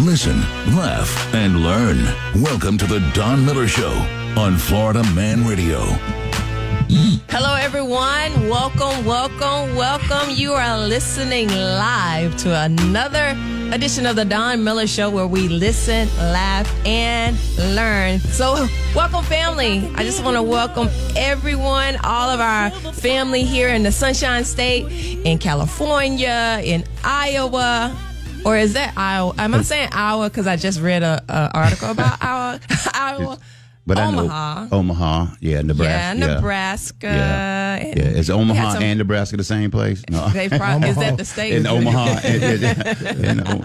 Listen, laugh, and learn. Welcome to the Don Miller Show on Florida Man Radio. Hello, everyone. Welcome, welcome, welcome. You are listening live to another edition of the Don Miller Show where we listen, laugh, and learn. So, welcome, family. I just want to welcome everyone, all of our family here in the Sunshine State, in California, in Iowa. Or is that Iowa? Am I saying Iowa? Because I just read a, a article about Iowa. Iowa. But Omaha. I know Omaha, yeah, Nebraska, Yeah, Nebraska. yeah, and- yeah. Is Omaha had some- and Nebraska the same place? No, They probably, is that the state? in Omaha, and, and, and, oh,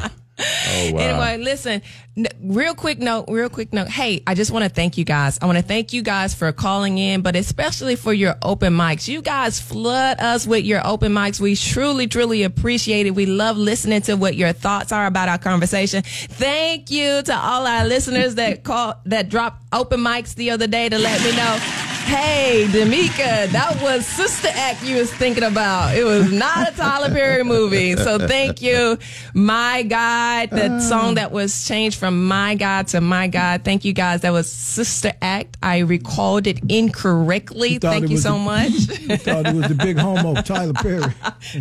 wow. Anyway, listen, n- real quick note, real quick note. Hey, I just want to thank you guys. I want to thank you guys for calling in, but especially for your open mics. You guys flood us with your open mics. We truly, truly appreciate it. We love listening to what your thoughts are about our conversation. Thank you to all our listeners that call, that dropped open mics the other day to let me know. Hey, D'Amica, that was Sister Act you was thinking about. It was not a Tyler Perry movie. So thank you, My God. Ah. That song that was changed from My God to My God. Thank you guys. That was Sister Act. I recalled it incorrectly. You thought Thank it you was so a- much. thought it was the big homo, Tyler Perry.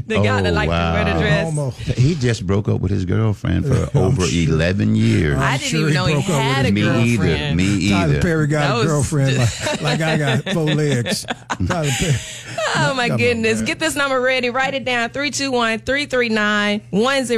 the guy that Oh, liked wow. to wear the dress. Homo. He just broke up with his girlfriend for I'm over sure. 11 years. I I'm didn't sure even he know he broke up had with a me either. girlfriend. Me either. Tyler Perry got That was- a girlfriend like, like I got four legs. Tyler Perry. Oh my Come on, goodness. man. Get this number ready. Write it down 321 339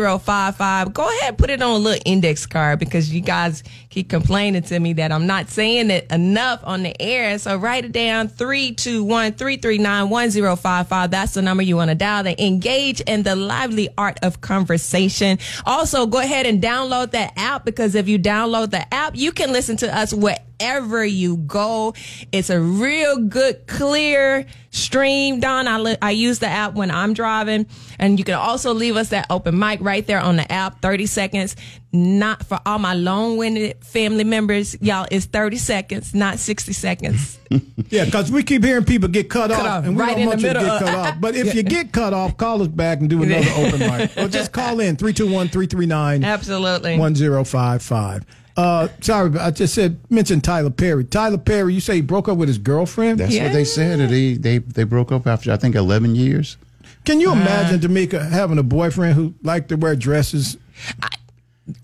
1055. Go ahead, put it on a little index card because you guys keep complaining to me that I'm not saying it enough on the air. So write it down 321 339 1055. That's the number you want to dial to engage in the lively art of conversation. Also, go ahead and download that app because if you download the app, you can listen to us wherever wherever you go. It's a real good, clear stream. Don, I, li- I use the app when I'm driving. And you can also leave us that open mic right there on the app, 30 seconds. Not for all my long winded family members. Y'all, it's 30 seconds, not 60 seconds. Yeah, because we keep hearing people get cut, off, off, and we right don't in want the you to middle get cut of- off. But if you get cut off, call us back and do another open mic. Or just call in 321 339 Absolutely. 1055. Uh, sorry, but I just said mentioned Tyler Perry. Tyler Perry, you say he broke up with his girlfriend? That's what they said. That he, they, they broke up after, I think, 11 years. Can Uh, you imagine D'Amica having a boyfriend who liked to wear dresses?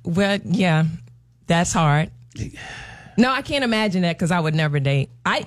Well, yeah, that's hard. No, I can't imagine that because I would never date. I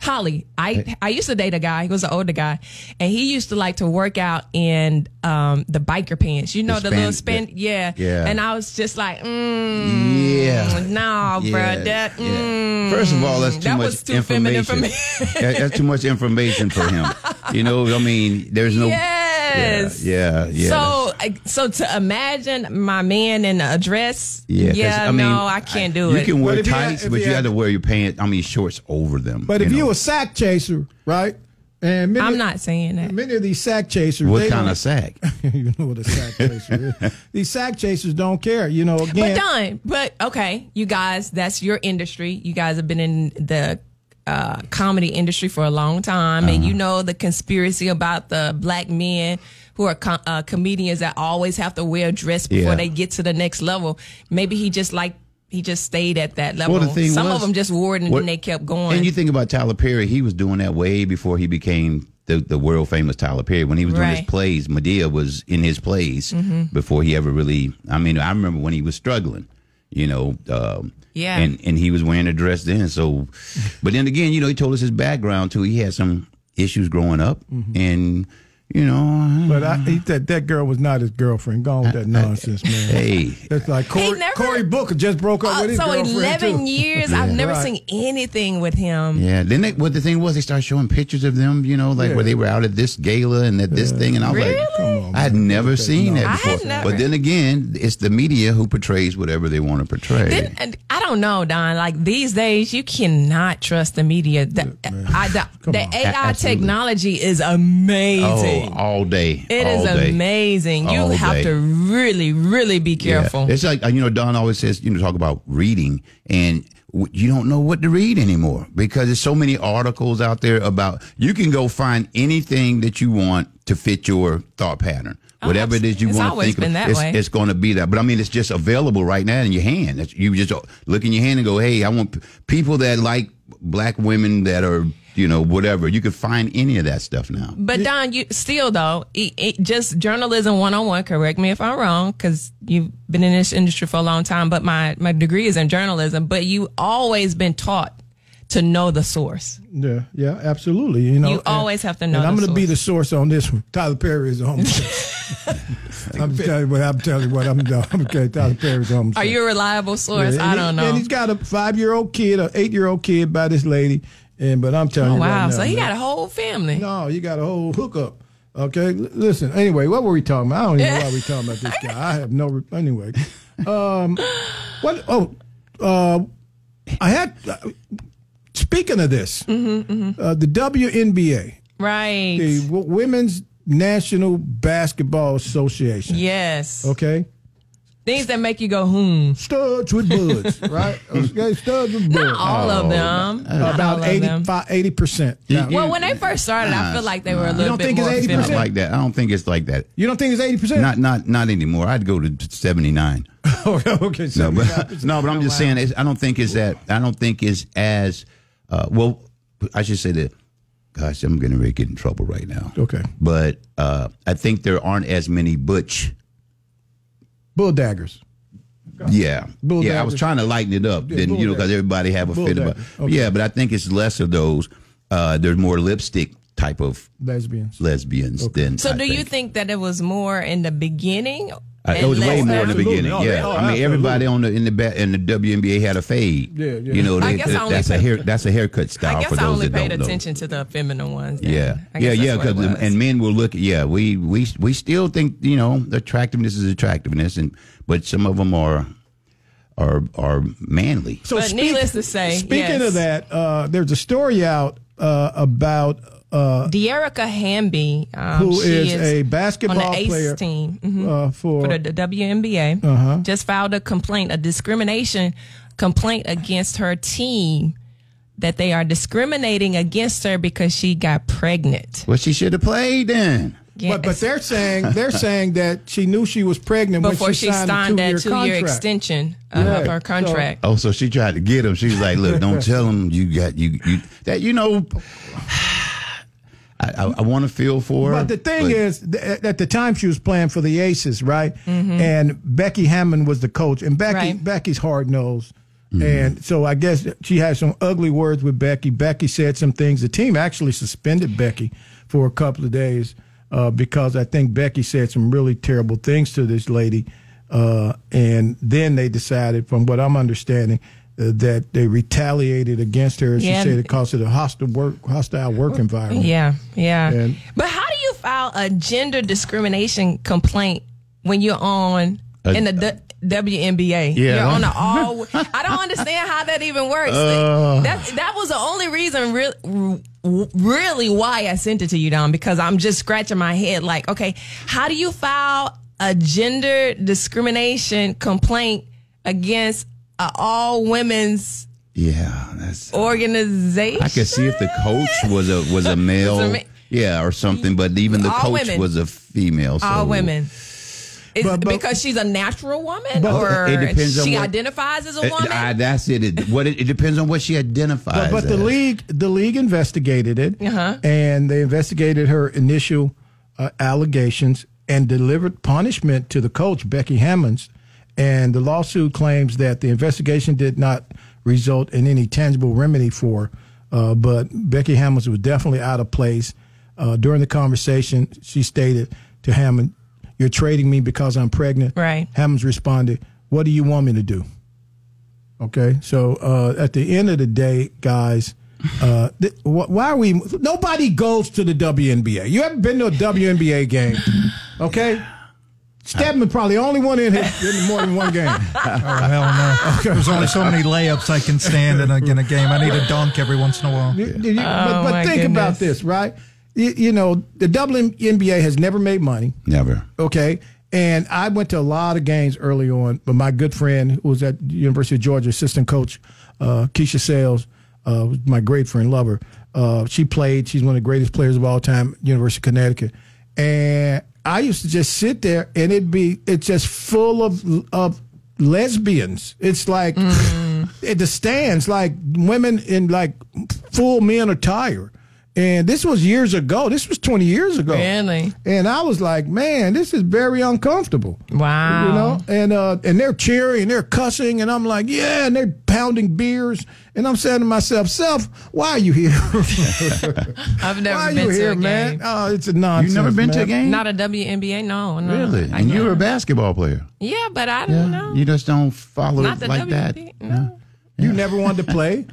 Holly, I I used to date a guy. He was an older guy, and he used to like to work out in um the biker pants. You know the, The little span- spin, the- yeah. yeah. And I was just like, mm, Yeah. no, bro, that. yeah. Mm. First of all, that's too that much was too feminine information. for That- that's too much information for him. You know, I mean, there's no. Yes. Yeah, yeah. yeah. So, I- so to imagine my man in a dress, Yeah, yeah, 'cause, I mean, no, I can't do you it. can But wear if you had- tights, if but you you had- had to wear your pants. I mean, shorts over them. But if know. you a sack chaser, right? And many, I'm not saying that. Many of these sack chasers, what they kind don't- of sack? you know what a sack chaser is. These sack chasers don't care. You know, But again, done. But okay, you guys, that's your industry. You guys have been in the uh, comedy industry for a long time, and Uh-huh. you know the conspiracy about the black men who are com- uh, comedians that always have to wear a dress before Yeah. they get to the next level. Maybe he just like he just stayed at that level. Well, the thing Some was- of them just wore it and What- then they kept going. And you think about Tyler Perry, he was doing that way before he became the, the world famous Tyler Perry. When he was doing Right. Mm-hmm. his plays, Medea was in his plays before he ever really. I mean, I remember when he was struggling, you know. Um, Yeah. And, and he was wearing a dress then. So, but then again, you know, he told us his background too. He had some issues growing up, Mm-hmm. and, you know. but I, he, that that girl was not his girlfriend. Gone with that nonsense, man. Hey, That's like Corey, never- Cory Booker just broke up Oh, with his so girlfriend eleven too. years, I've never Right. seen anything with him. Yeah. Then they, what the thing was, they started showing pictures of them, you know, like Yeah. where they were out at this gala and at this thing, and I was Really? like, Come on, I had man. never seen I that had before. never. But then again, it's the media who portrays whatever they want to portray. Then, and I don't know, Don. Like these days, you cannot trust the media. The, I, the, the on. AI absolutely. technology is amazing. oh, all day. it is all day. amazing. You All have day. to really, really be Yeah. careful. It's like uh, you know, Don always says, you know, talk about reading, and w- you don't know what to read anymore because there's so many articles out there about. You can go find anything that you want to fit your thought pattern. Whatever it is you Oh, It's want to always think been of, that it's, way. it's going to be that. But I mean, it's just available right now in your hand. It's, you just look in your hand and go, "Hey, I want p- people that like black women that are, you know, whatever." You can find any of that stuff now. But Don, you still though, it, it just journalism one on one. Correct me if I'm wrong, because you've been in this industry for a long time. But my my degree is in journalism. But you always been taught to know the source. Yeah, yeah, absolutely. You know, You and- always have to know And I'm the going to be the source on this one. Tyler Perry is a homosexual. I'm telling you what. I'm telling you what. I'm done. Okay, Tyler Perry is a homosexual. Are you a reliable source? Yeah, I and don't he- know. And he's got a five-year-old kid, an eight-year-old kid by this lady. And but I'm telling you, right Oh, wow, now, so he man, got a whole family. no, you got a whole hookup. Okay, L- listen. Anyway, what were we talking about? I don't even know why we talking about this guy. I have no. Re- anyway, um, what? Oh, uh, I had. uh, speaking of this, Mm-hmm, Uh, the WNBA, Right. the w- Women's National Basketball Association. Yes. Okay. Things that make you go, hmm. Studs with buds, right? Okay, studs with buds. Oh, All of them. Not all About of them. 85, 80%. Yeah. Now, Well, when they first started, I feel like they were a little don't bit think it's more 80%? Not feminine. like that. I don't think it's like that. you don't think it's 80%? Not not not anymore. I'd go to seventy nine. okay, No, so but, no, but Oh, I'm just saying. It's, I don't think it's that. I don't think it's as. Uh, well, I should say that. Gosh, I'm getting ready to get in trouble right now. Okay. But uh, I think there aren't as many butch. Bull daggers. Yeah, Bull yeah. I was daggers. trying to lighten it up, then bull you know, because daggers. everybody have a Bull fit about. daggers. Okay. Yeah, but I think it's less of those. Uh, there's more lipstick type of Lesbians. lesbians than. So, I do you think that it was more in the beginning? I, Uh, it and was less way more in the now? Absolutely. beginning. No, they- yeah, oh, I mean everybody absolutely. on the in the ba- in the WNBA had a fade. Yeah, yeah. You know, I they- guess I only that's a paid- hair that's a haircut style I for guess I those only that paid don't know. attention to the feminine ones. then. Yeah, I yeah, guess yeah. that's what it Because was. and men will look. Yeah, we we we still think you know attractiveness is attractiveness, and but some of them are are are manly. So But needless to say, Speaking yes. of that, uh, there's a story out uh, about uh, De'Erica Hamby, um, who she is a on basketball the ACE player, team mhm, uh, for, for the, the WNBA, just filed a complaint, a discrimination complaint against her team that they are discriminating against her because she got pregnant. Well, she should have played then. Yes. but but they're saying they're saying that she knew she was pregnant before when she signed a that two-year contract. extension of Yeah. So- her contract. Oh, so she tried to get him. She was like, "Look, don't tell him you got you you that you know." I I, I want to feel for her. But the thing but- is, th- at the time she was playing for the Aces, right? And Becky Hammond was the coach, and Becky Mm-hmm. Right. Becky's hard nosed, and so I guess she had some ugly words with Becky. Becky said some things. The team actually suspended Becky for a couple of days uh, because I think Becky said some really terrible things to this lady, uh, and then they decided, from what I'm understanding. Uh, that they retaliated against her. She Yeah. said it caused it a hostile work, hostile work environment. Yeah, yeah. And- but how do you file a gender discrimination complaint when you're on A- in the D- WNBA? Yeah. You're on an all. I don't understand how that even works. Uh. that that was the only reason, re- re- really, why I sent it to you, Don, because I'm just scratching my head. Like, okay, how do you file a gender discrimination complaint against an all women's yeah, that's organization? I could see if the coach was a was a male, Was a ma- yeah, or something. But even the All coach women. was a female. So. all women. Is But- it but- because she's a natural woman, But- or It depends on she what- identifies as a Uh, woman? ah, that's it. it. What it, it depends on what she identifies. But, but the as. league, the league investigated it, Uh-huh. and they investigated her initial uh, allegations and delivered punishment to the coach Becky Hammonds. And the lawsuit claims that the investigation did not result in any tangible remedy for, her, uh, but Becky Hammonds was definitely out of place. Uh, during the conversation, she stated to Hammond, "You're trading me because I'm pregnant." Right. Hammonds responded, "What do you want me to do?" Okay, so uh, at the end of the day, guys, uh, th- wh- why are we? Nobody goes to the WNBA. You haven't been to a WNBA game, okay? Stedman probably the only one in here in more than one game. Oh, hell no. There's only so many layups I can stand in a, in a game. I need a dunk every once in a while. You- you- but Oh, but my think about goodness. this, right? You, you know, the WNBA has never made money. never. Okay. And I went to a lot of games early on, but my good friend who was at University of Georgia, assistant coach uh, Keisha Sales, uh, was my great friend, lover. Uh, she played. She's one of the greatest players of all time, University of Connecticut. And I used to just sit there and it'd be it's just full of of lesbians. It's like at the stands, like women in like full men attire. And this was years ago. This was twenty years ago. Really? And I was like, man, this is very uncomfortable. Wow. You know, and uh, and they're cheering, and they're cussing, and I'm like, yeah, and they're pounding beers, and I'm saying to myself, self, why are you here? Why I've never are been you to here, a man? game. Oh, it's a nonsense. You've never been to a man. game? Not a WNBA, no, no. really. Mm, I And you can't. were a basketball player. Yeah, but I don't know. You just don't follow Not it the like that. WNBA. No. You never wanted to play?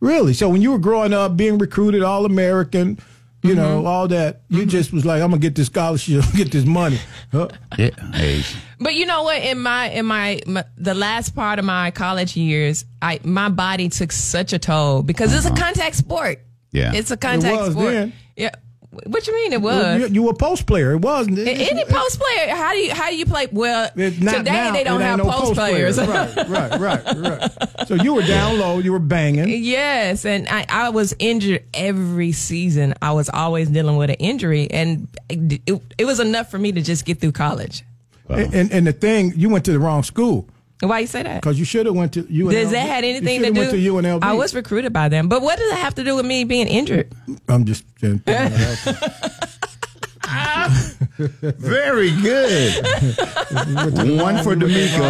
Really? So when you were growing up, being recruited, all American, you Mm-hmm. know, all that, you just was like, I'm gonna get this scholarship, get this money. Huh? Yeah. Hey, But you know what? In my in my, my the last part of my college years, I my body took such a toll because it's a contact sport. Yeah. it's a contact Uh-huh. was sport. then. Yeah, what you mean it was? You, you were post player. It wasn't. It, Any post player? How do you how do you play? Well, It's today not now. they don't It have ain't no post, players. right, right, right, right. So you were down low. You were banging. Yes, and I, I was injured every season. I was always dealing with an injury, and it, it, it was enough for me to just get through college. And, and and the thing, you went to the wrong school Why you say that? because you should have went to UNLV. Does that had anything you to shoulda do? Went to UNLV. I was recruited by them, but what does it have to do with me being injured? I'm just. uh, saying, putting that out there. Very good. One for D'Amico.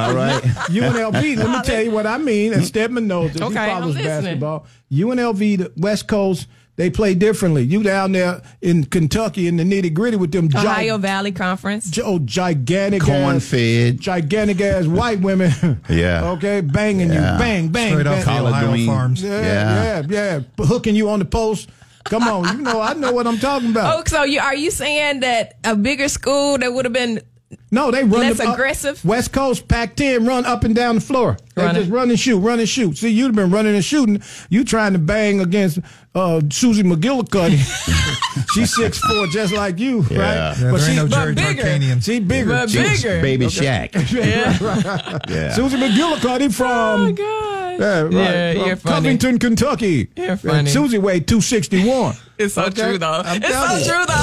All right. UNLV. Let me tell you what I mean, and Stedman knows it. Okay, he I'm follows listening. basketball. UNLV, the West Coast, they play differently. You down there in Kentucky in the nitty gritty with them gi- Ohio Valley Conference. gi- oh, gigantic Corn ass- fed. gigantic ass white women. Yeah. Okay, banging Yeah. you, bang, bang, Straight bang. off the Collard Ohio green. farms. Yeah, Yeah. yeah, yeah, P- Hooking you on the post. Come on, you know I know what I'm talking about. Oh, so you are you saying that a bigger school that would have been? no, they run less the- uh, up- aggressive? West Coast Pac-10 run up and down the floor. They Running. just run and shoot, run and shoot. See, you've been running and shooting. You trying to bang against uh, Susie McGillicuddy. She's six four, just like you, Yeah. right? Yeah, there she, ain't no Jerry but bigger. Tarkanian. she bigger. But She- bigger. Baby Shaq. yeah. Susie McGillicuddy from Oh my gosh! Yeah, right. Yeah, From you're funny. Covington, Kentucky. You're funny. Susie weighed 261. It's so Okay? true though. I'm it's so telling you. true though.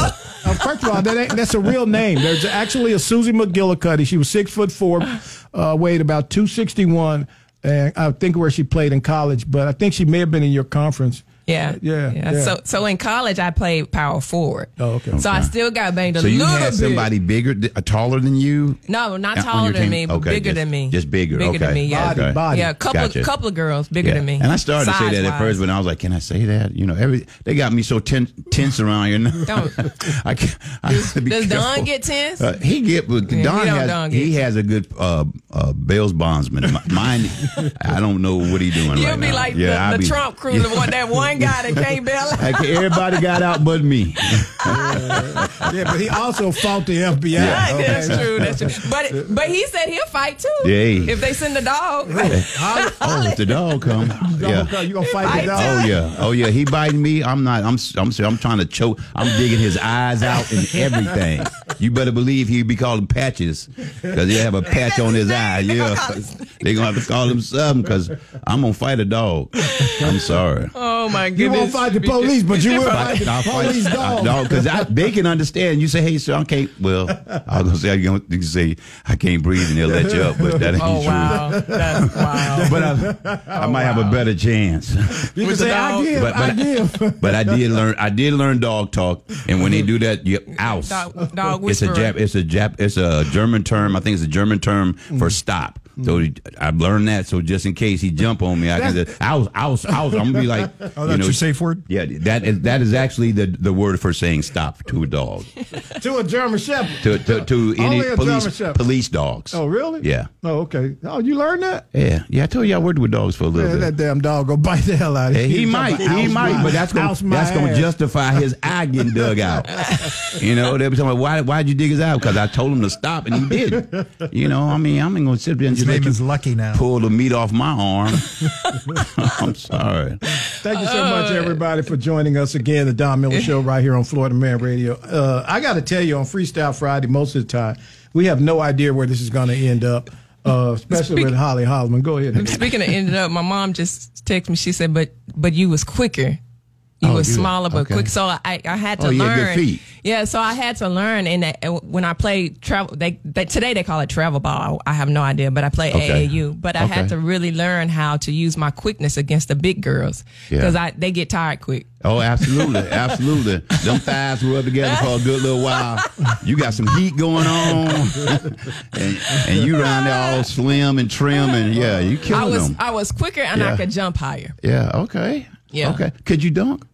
Uh, first of all, that ain't, that's a real name. There's actually a Susie McGillicuddy. She was six foot four, uh, weighed about 261. And I think where she played in college, but I think she may have been in your conference. Yeah. Yeah, yeah. So so in college I played power forward. Oh, okay. So I still got banged a So you little had bit. somebody bigger, th- uh, taller than you? no, not on taller your than team? me, but Okay, bigger just- than me. just bigger, Bigger than okay, me, yeah. okay. Body. Yeah, a couple Gotcha. couple of girls bigger Yeah. than me. And I started to say that at size-wise. first, but I was like, "Can I say that?" You know, every they got me so ten, tense around here. now. Don't. I can't. I have to be Does careful. Don get tense? Uh, he get, but Yeah, he Don, don't- has, Don get he tense. has a good uh, uh, Bell's bondsman. M- Mine, I don't know what he doing You'll right be now. like Yeah, the, I'll the be- Trump crew, the one, that one guy that can't bail out. Like, everybody got out but me. Yeah, but he also fought the FBI. Yeah, okay? that's true. That's true. But but he said he'll fight too. Yeah. If they send a dog. oh, if the dog come. Y'all Yeah. gonna- You gonna fight Fight the dog? Oh yeah, oh yeah. He biting me. I'm not. I'm. I'm. I'm trying to choke. I'm digging his eyes out and everything. You better believe he'd be calling patches because he'll have a patch on his eye. They gonna Yeah, call him- they gonna have to call him something because I'm gonna fight a dog. I'm sorry. Oh my You goodness. won't fight the police, but you will fight I'll the fight police dog. because they can understand. You say, "Hey, sir, I can't." Well, I was gonna say, I can say I can't breathe, and they'll let you up, but that ain't Oh true. wow. That's wow. But I, I might have a better chance. Oh, You can With the say, I dog. give, but I give. but, but I did learn I did learn dog talk, and when they do that, you oust. Dog- dog it's a whisperer. Jap, it's a Jap, it's a German term. I think it's a German term Mm-hmm. for stop. So I've learned that. So just in case he jump on me, I can just oust, oust, oust. I'm gonna be like, Oh, that's you know, your safe word? Yeah, that is that is actually the the word for saying stop to a dog to a German shepherd. to to, to Oh, any Only a German police Shepherd. police dogs. Oh, really? Yeah. Oh, okay. Oh, you learned that? Yeah, yeah. I told you I worked with dogs for a little Yeah, bit. that damn dog gonna bite the hell out of Yeah, you. he He's might, talking about he oust might, my- but that's gonna oust my that's gonna ass. justify his eye getting dug out. you know, they were talking about why why'd you dig his eye? Because I told him to stop and he did. You know, I mean, I'm ain't gonna sit there and His just let name you is Lucky now. pull the meat off my arm. I'm sorry. Thank you so Uh, much, everybody, for joining us again. The Don Miller Show right here on Florida Man Radio. Uh, I got to tell you, on Freestyle Friday, most of the time, we have no idea where this is going to end up, uh, especially with Speak- Holly Holloman. Go ahead. Speaking of ended up, my mom just texted me. She said, "But but you was quicker. You Oh, were you- smaller but okay. quick, so I, I had to Oh, you had learn. good feet. Yeah, so I had to learn, and that- and when I played travel, they, they today they call it travel ball. I have no idea, but I played Okay. AAU. But I Okay. had to really learn how to use my quickness against the big girls Yeah. because I they get tired quick. Oh, absolutely, absolutely. Them thighs rub together for a good little while. You got some heat going on, and, and you around there all slim and trim, and yeah, you I killing was them. I was quicker and Yeah. I could jump higher. yeah, okay, Yeah. okay. Could you dunk?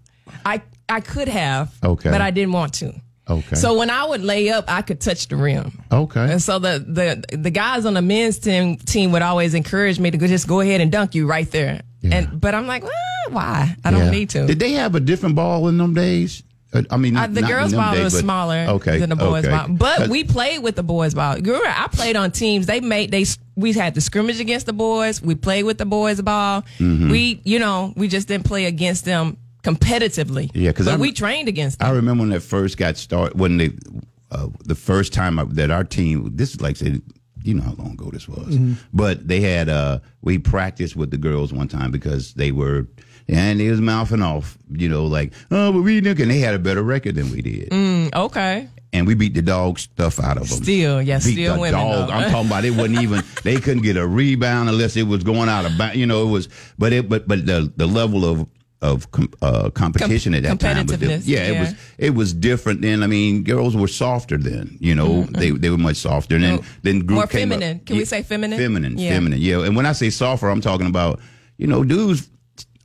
I I could have, Okay. but I didn't want to. Okay. So when I would lay up, I could touch the rim. Okay. And so the the the guys on the men's team team would always encourage me to go, just go ahead and dunk you right there. Yeah. And but I'm like, "Well, why? I don't Yeah. need to. Did they have a different ball in them days? Uh, I mean, Uh, not, the not girls' in them ball days, was but- smaller okay, than the boys' okay. Uh, ball, but 'Cause- we played with the boys' ball. You remember, I played on teams. They made they we had the scrimmage against the boys. We played with the boys' ball. Mm-hmm. We you know we just didn't play against them competitively. Yeah, 'cause but I'm- we trained against them. I remember when that first got started. When they, uh, the first time I, that our team, this is like say, you know how long ago this was, Mm-hmm. Mm-hmm. but they had uh, we practiced with the girls one time because they were. And they was mouthing off, you know, like, oh, but we look, and they had a better record than we did, Mm, okay, and we beat the dog stuff out of them. Mm-hmm. Still, yeah, beat still the women, dog. though. I'm talking about it wasn't even they couldn't get a rebound unless it was going out of bounds. You know, it was, but it, but but the the level of of com, uh, competition at that time was different. competitiveness, Yeah, it yeah. was it was different then. I mean, girls were softer then. You know, they they were much softer. And then Mm. then group Mm-hmm. More came up- feminine. Can we say feminine? Feminine, Yeah. feminine. Yeah, and when I say softer, I'm talking about you know dudes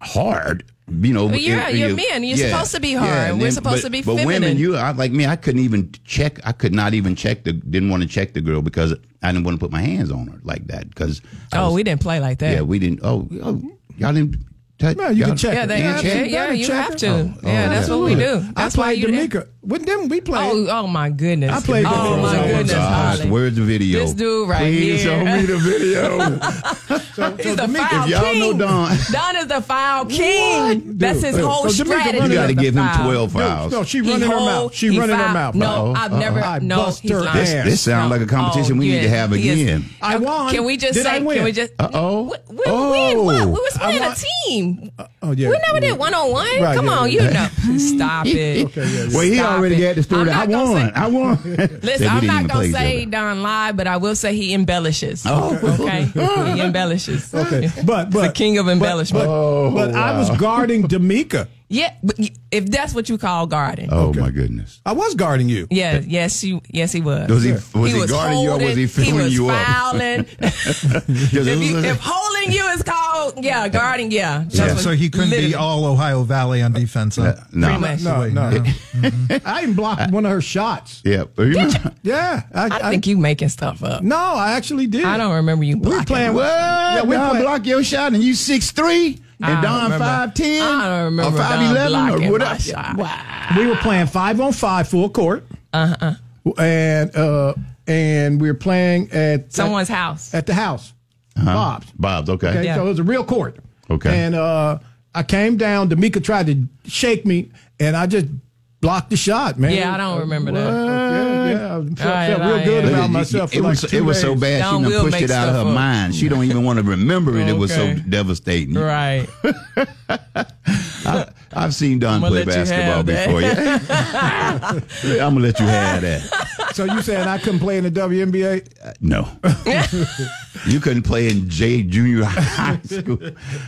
hard. You know, Well, you're- and- you're you- men. You're supposed to be hard. and We're supposed but- to be but women, feminine. you I, like me, I couldn't even check. I could not even check the. Didn't want to check the girl because I didn't want to put my hands on her like that. Because oh, we didn't play like that. yeah, we didn't. Oh, oh y'all didn't. Touch, No, you y'all- can check Yeah, it. they You have check to. it? Yeah, Gotta you check have it. to. Oh, oh, yeah, that's what we do. Absolutely. That's I why played you didn't- D'Amica. With them, we played. Oh, oh my goodness! I played Oh with my girls all the goodness, time. Gosh, Holly. where's the video? This dude right Please show here. me the video. He's the D'Amica- foul if y'all king. know Don- Don is the foul king. That's his Dude, whole so D'Amica strategy. running you got to of the give him foul. twelve Dude, fouls. No, she He running her hold, mouth. She he running her foul. mouth. No, Uh-oh. I've Uh-oh. never. Uh-uh. I no, bust he's her lying. Oh, ass. This- this sound like a competition we need to have he is. again. I won. Can we just Did say? I win? Can we just? Uh-oh. What- We, Oh. Uh, we, what? we was I playing a want- team. oh, yeah. We never did one on one. Right, Come yeah, on, yeah. you know. Stop it. Okay, yeah, yeah. well, he Stop already it. had the story. I I'm not won. gonna say- I won. Listen, Yeah, we didn't I'm not even play gonna each say other. Don lied, but I will say he embellishes. Oh. okay, he embellishes. Okay, but but the king of but- embellishment. Oh, But, but I was guarding D'Amica. Yeah, but y- if that's what you call guarding. Oh my goodness. I was guarding you. Yeah, yes, you, yes, he was. Was he was he, guarding you or was holding, he filling was you up? fouling. Because it if, was you, like- if holding you is called, yeah, guarding, yeah. So, That's so what- he couldn't literally, be all Ohio Valley on defense. Huh? pretty Uh, no. much. No, no, no. Mm-hmm. I even blocked one of her shots. Yeah. But you remember- Yeah, I, think you making stuff up. No, I actually did. I don't remember you blocking. We playing What? with. Yeah, Yeah, we Don play- block your shot and you six three and I don't Don remember. five ten. I don't remember or Don five eleven blocking or my whatever. shot. We were playing five on five full court. Uh Uh-huh. huh. And uh, and we were playing at Someone's house. at the house, Bob's. Bob's uh-huh. okay. Okay, Yeah. so it was a real court. Okay. And uh, I came down. D'Amica tried to shake me, and I just blocked the shot, man. Yeah, I don't remember that. Yeah, yeah. I felt, right, felt all real right, good yeah. about It- myself. It, for was like it two was so days. bad Don she will done pushed make it out of her stuff up. mind. She don't even want to remember it. It was so Okay. devastating. Right. I've seen Don I'ma play let you have basketball that. before. Yeah. I'm gonna let you have that. So you saying I couldn't play in the WNBA? No. you couldn't play in J junior high school.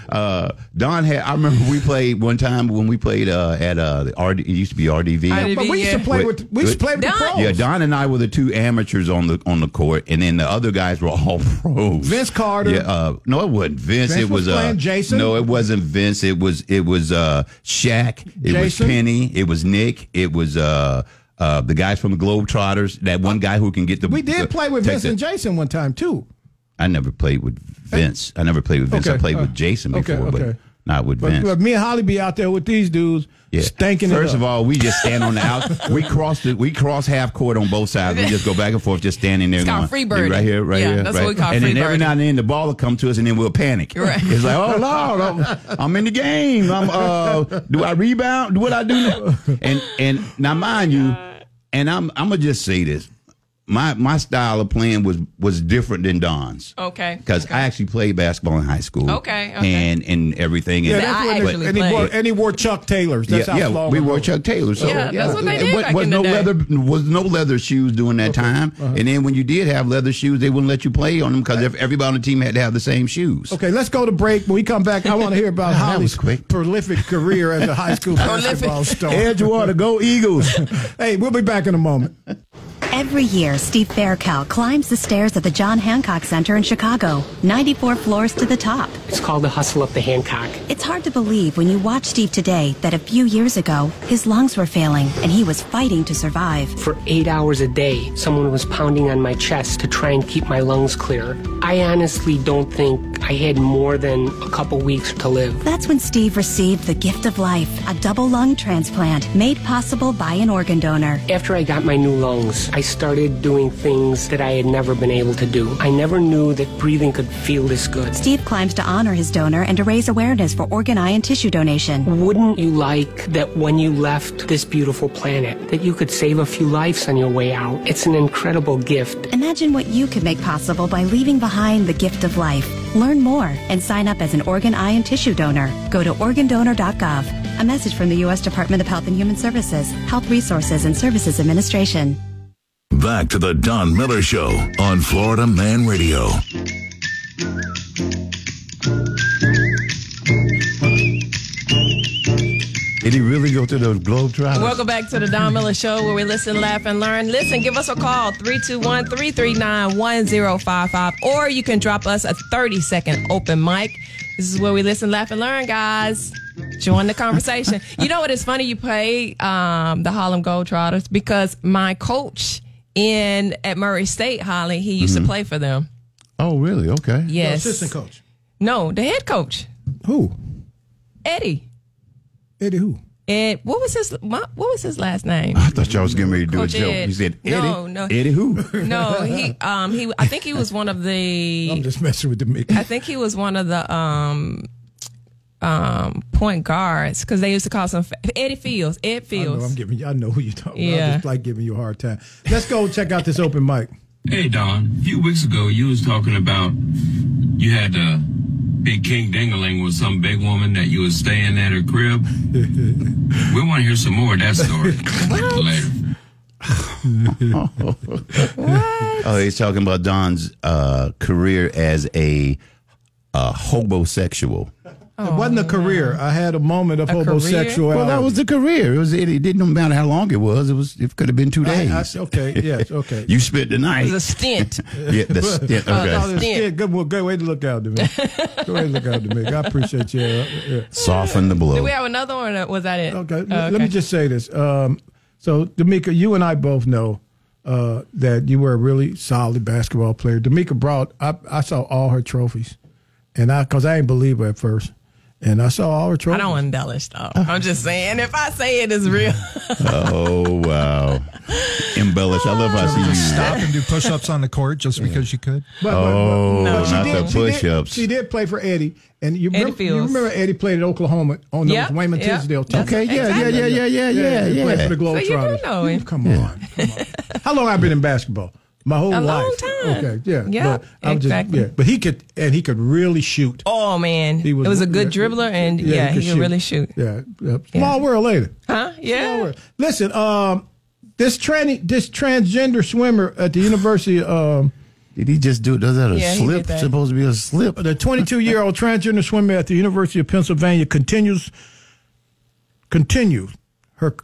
Uh, Don had, I remember we played one time when we played uh, at uh, the RD, it used to be RDV. RDV. But we used to Yeah. play Wait, with we used to wait. play with the Don- pros. Yeah, Don and I were the two amateurs on the on the court, and then the other guys were all pros. Vince Carter. Yeah, uh, no, it wasn't Vince. Vince it was, was uh, playing Jason? No, it wasn't Vince. It was it was uh, Shaq. It was Jason? Penny. It was Nick. It was uh, uh, the guys from the Globetrotters. That one guy who can get the. Uh, We did play with take Vince the- and Jason one time too. I never played with Vince. I never played with Vince. I Okay, played uh, with Jason okay, before, but okay. not with But, Vince. but me and Holly be out there with these dudes Yeah. stinking. First it of up. all, we just stand on the out. We cross the we cross half court on both sides. We just go back and forth, just standing there. It's going, called free birding. Right here, right Yeah, here. that's right. what we call And free then every birding. now and then the ball will come to us, and then we'll panic. Right. It's like, oh lord, I'm, I'm in the game. I'm uh, do I rebound? What I do? Now? And and now, mind you, and I'm I'm gonna just say this. my my style of playing was was different than Don's. Okay. Because I actually played basketball in high school. Okay, okay. And and everything. Yeah, and, that's I what they- actually and, he wore, played. and he wore Chuck Taylors. That's yeah, how yeah long we ago. were Chuck Taylor. So Yeah, that's what they did Was, back was in no the day. Uh-huh. leather was no leather shoes during that time. And then when you did have leather shoes, they wouldn't let you play on them because everybody on the team had to have the same shoes. Okay, let's go to break. When we come back, I want to hear about That was Holly's quick. prolific career as a high school basketball star. Edgewater, go Eagles. Hey, we'll be back in a moment. Every year, Steve Faircal climbs the stairs at the John Hancock Center in Chicago, 94 floors to the top. It's called the hustle up the Hancock. It's hard to believe when you watch Steve today that a few years ago, his lungs were failing and he was fighting to survive. For eight hours a day, someone was pounding on my chest to try and keep my lungs clear. I honestly don't think I had more than a couple weeks to live. That's when Steve received the gift of life, a double lung transplant made possible by an organ donor. After I got my new lungs, I started doing things that I had never been able to do. I never knew that breathing could feel this good. Steve climbs to honor his donor and to raise awareness for organ, eye, and tissue donation. Wouldn't you like that when you left this beautiful planet, that you could save a few lives on your way out? It's an incredible gift. Imagine what you could make possible by leaving behind the gift of life. Learn more and sign up as an organ, eye, and tissue donor. Go to organdonor.gov. A message from the U.S. Department of Health and Human Services, Health Resources and Services Administration. Back to the Don Miller Show on Florida Man Radio. Did he really go to those globe trials? Welcome back to the Don Miller Show where we listen, laugh, and learn. Listen, give us a call, 321 339 1055, or you can drop us a 30 second open mic. This is where we listen, laugh, and learn, guys. Join the conversation. you know what? It's funny you play um, the Harlem Gold Trotters because my coach in at Murray State, Holly, he used Mm-hmm. to play for them. oh, really? Okay. Yes. Assistant coach. No, the head coach, Who? Eddie. Eddie who? Ed, what was his my, what was his last name? I thought y'all was getting ready to do Coach a joke. Ed. You said Eddie. No, no. Eddie who? No, he um he I think he was one of I'm the just messing with the mic. I think he was one of the um um point guards because they used to call some Eddie Fields Ed I know I'm Fields. giving you. I know who you're talking about. I Yeah. just like giving you a hard time. Let's go check out this open mic. Hey Don, a few weeks ago you was talking about you had a big king dingaling with some big woman that you was staying at her crib. we want to hear some more of that story later. Oh, he's talking about Don's uh, career as a uh, hobosexual. it wasn't a career. I had a moment of Oh, A career? homosexuality. Well, that was the career. It was. It, it didn't matter how long it was. It was. It could have been two I- days. I- okay, yes, okay. you spent the night. It was a stint. yeah, the stint. Uh, Okay. that was- Yeah, good, well, good way to look out to me. good way to look out to me. I appreciate you. Uh, yeah. Soften the blow. Did we have another one? Or was that it? Okay, l- Oh, Uh, let okay. me just say this. Um, so, D'Amica, you and I both know uh, that you were a really solid basketball player. D'Amica brought. I, I saw all her trophies, and I because I didn't believe her at first, and I saw all her I trophies. don't embellish though. Uh-huh. I'm just saying if I say it, it's real. oh wow! Embellish. I love how I see you. Stop and do push ups on the court just because you could. But, but- Oh, but she not did- the she did- push-ups. She did play for Eddie, and you, Eddie remember, you Fields. remember Eddie played at Oklahoma on Yep, the Wayman yep. Tisdale team. That's- Okay. Yeah. Yeah. Yeah. Yeah. Yeah. Yeah. he played Yeah. for the So Globetrotters. you do know him. Come on. come on. How long I've been in basketball? My whole A long life. time. Okay. Yeah. Yeah, but I was exactly. Just, yeah. But he could, and he could really shoot. oh man, He it was a good yeah, dribbler and yeah, he could could really shoot. Yeah. yeah. Small world later. Huh? Small Yeah. world. Listen, um, this tranny, this transgender swimmer at the University, um, Did he just do? it? Does that a Yeah, he did slip? that. Supposed to be a slip? the 22 year old transgender swimmer at the University of Pennsylvania continues continues her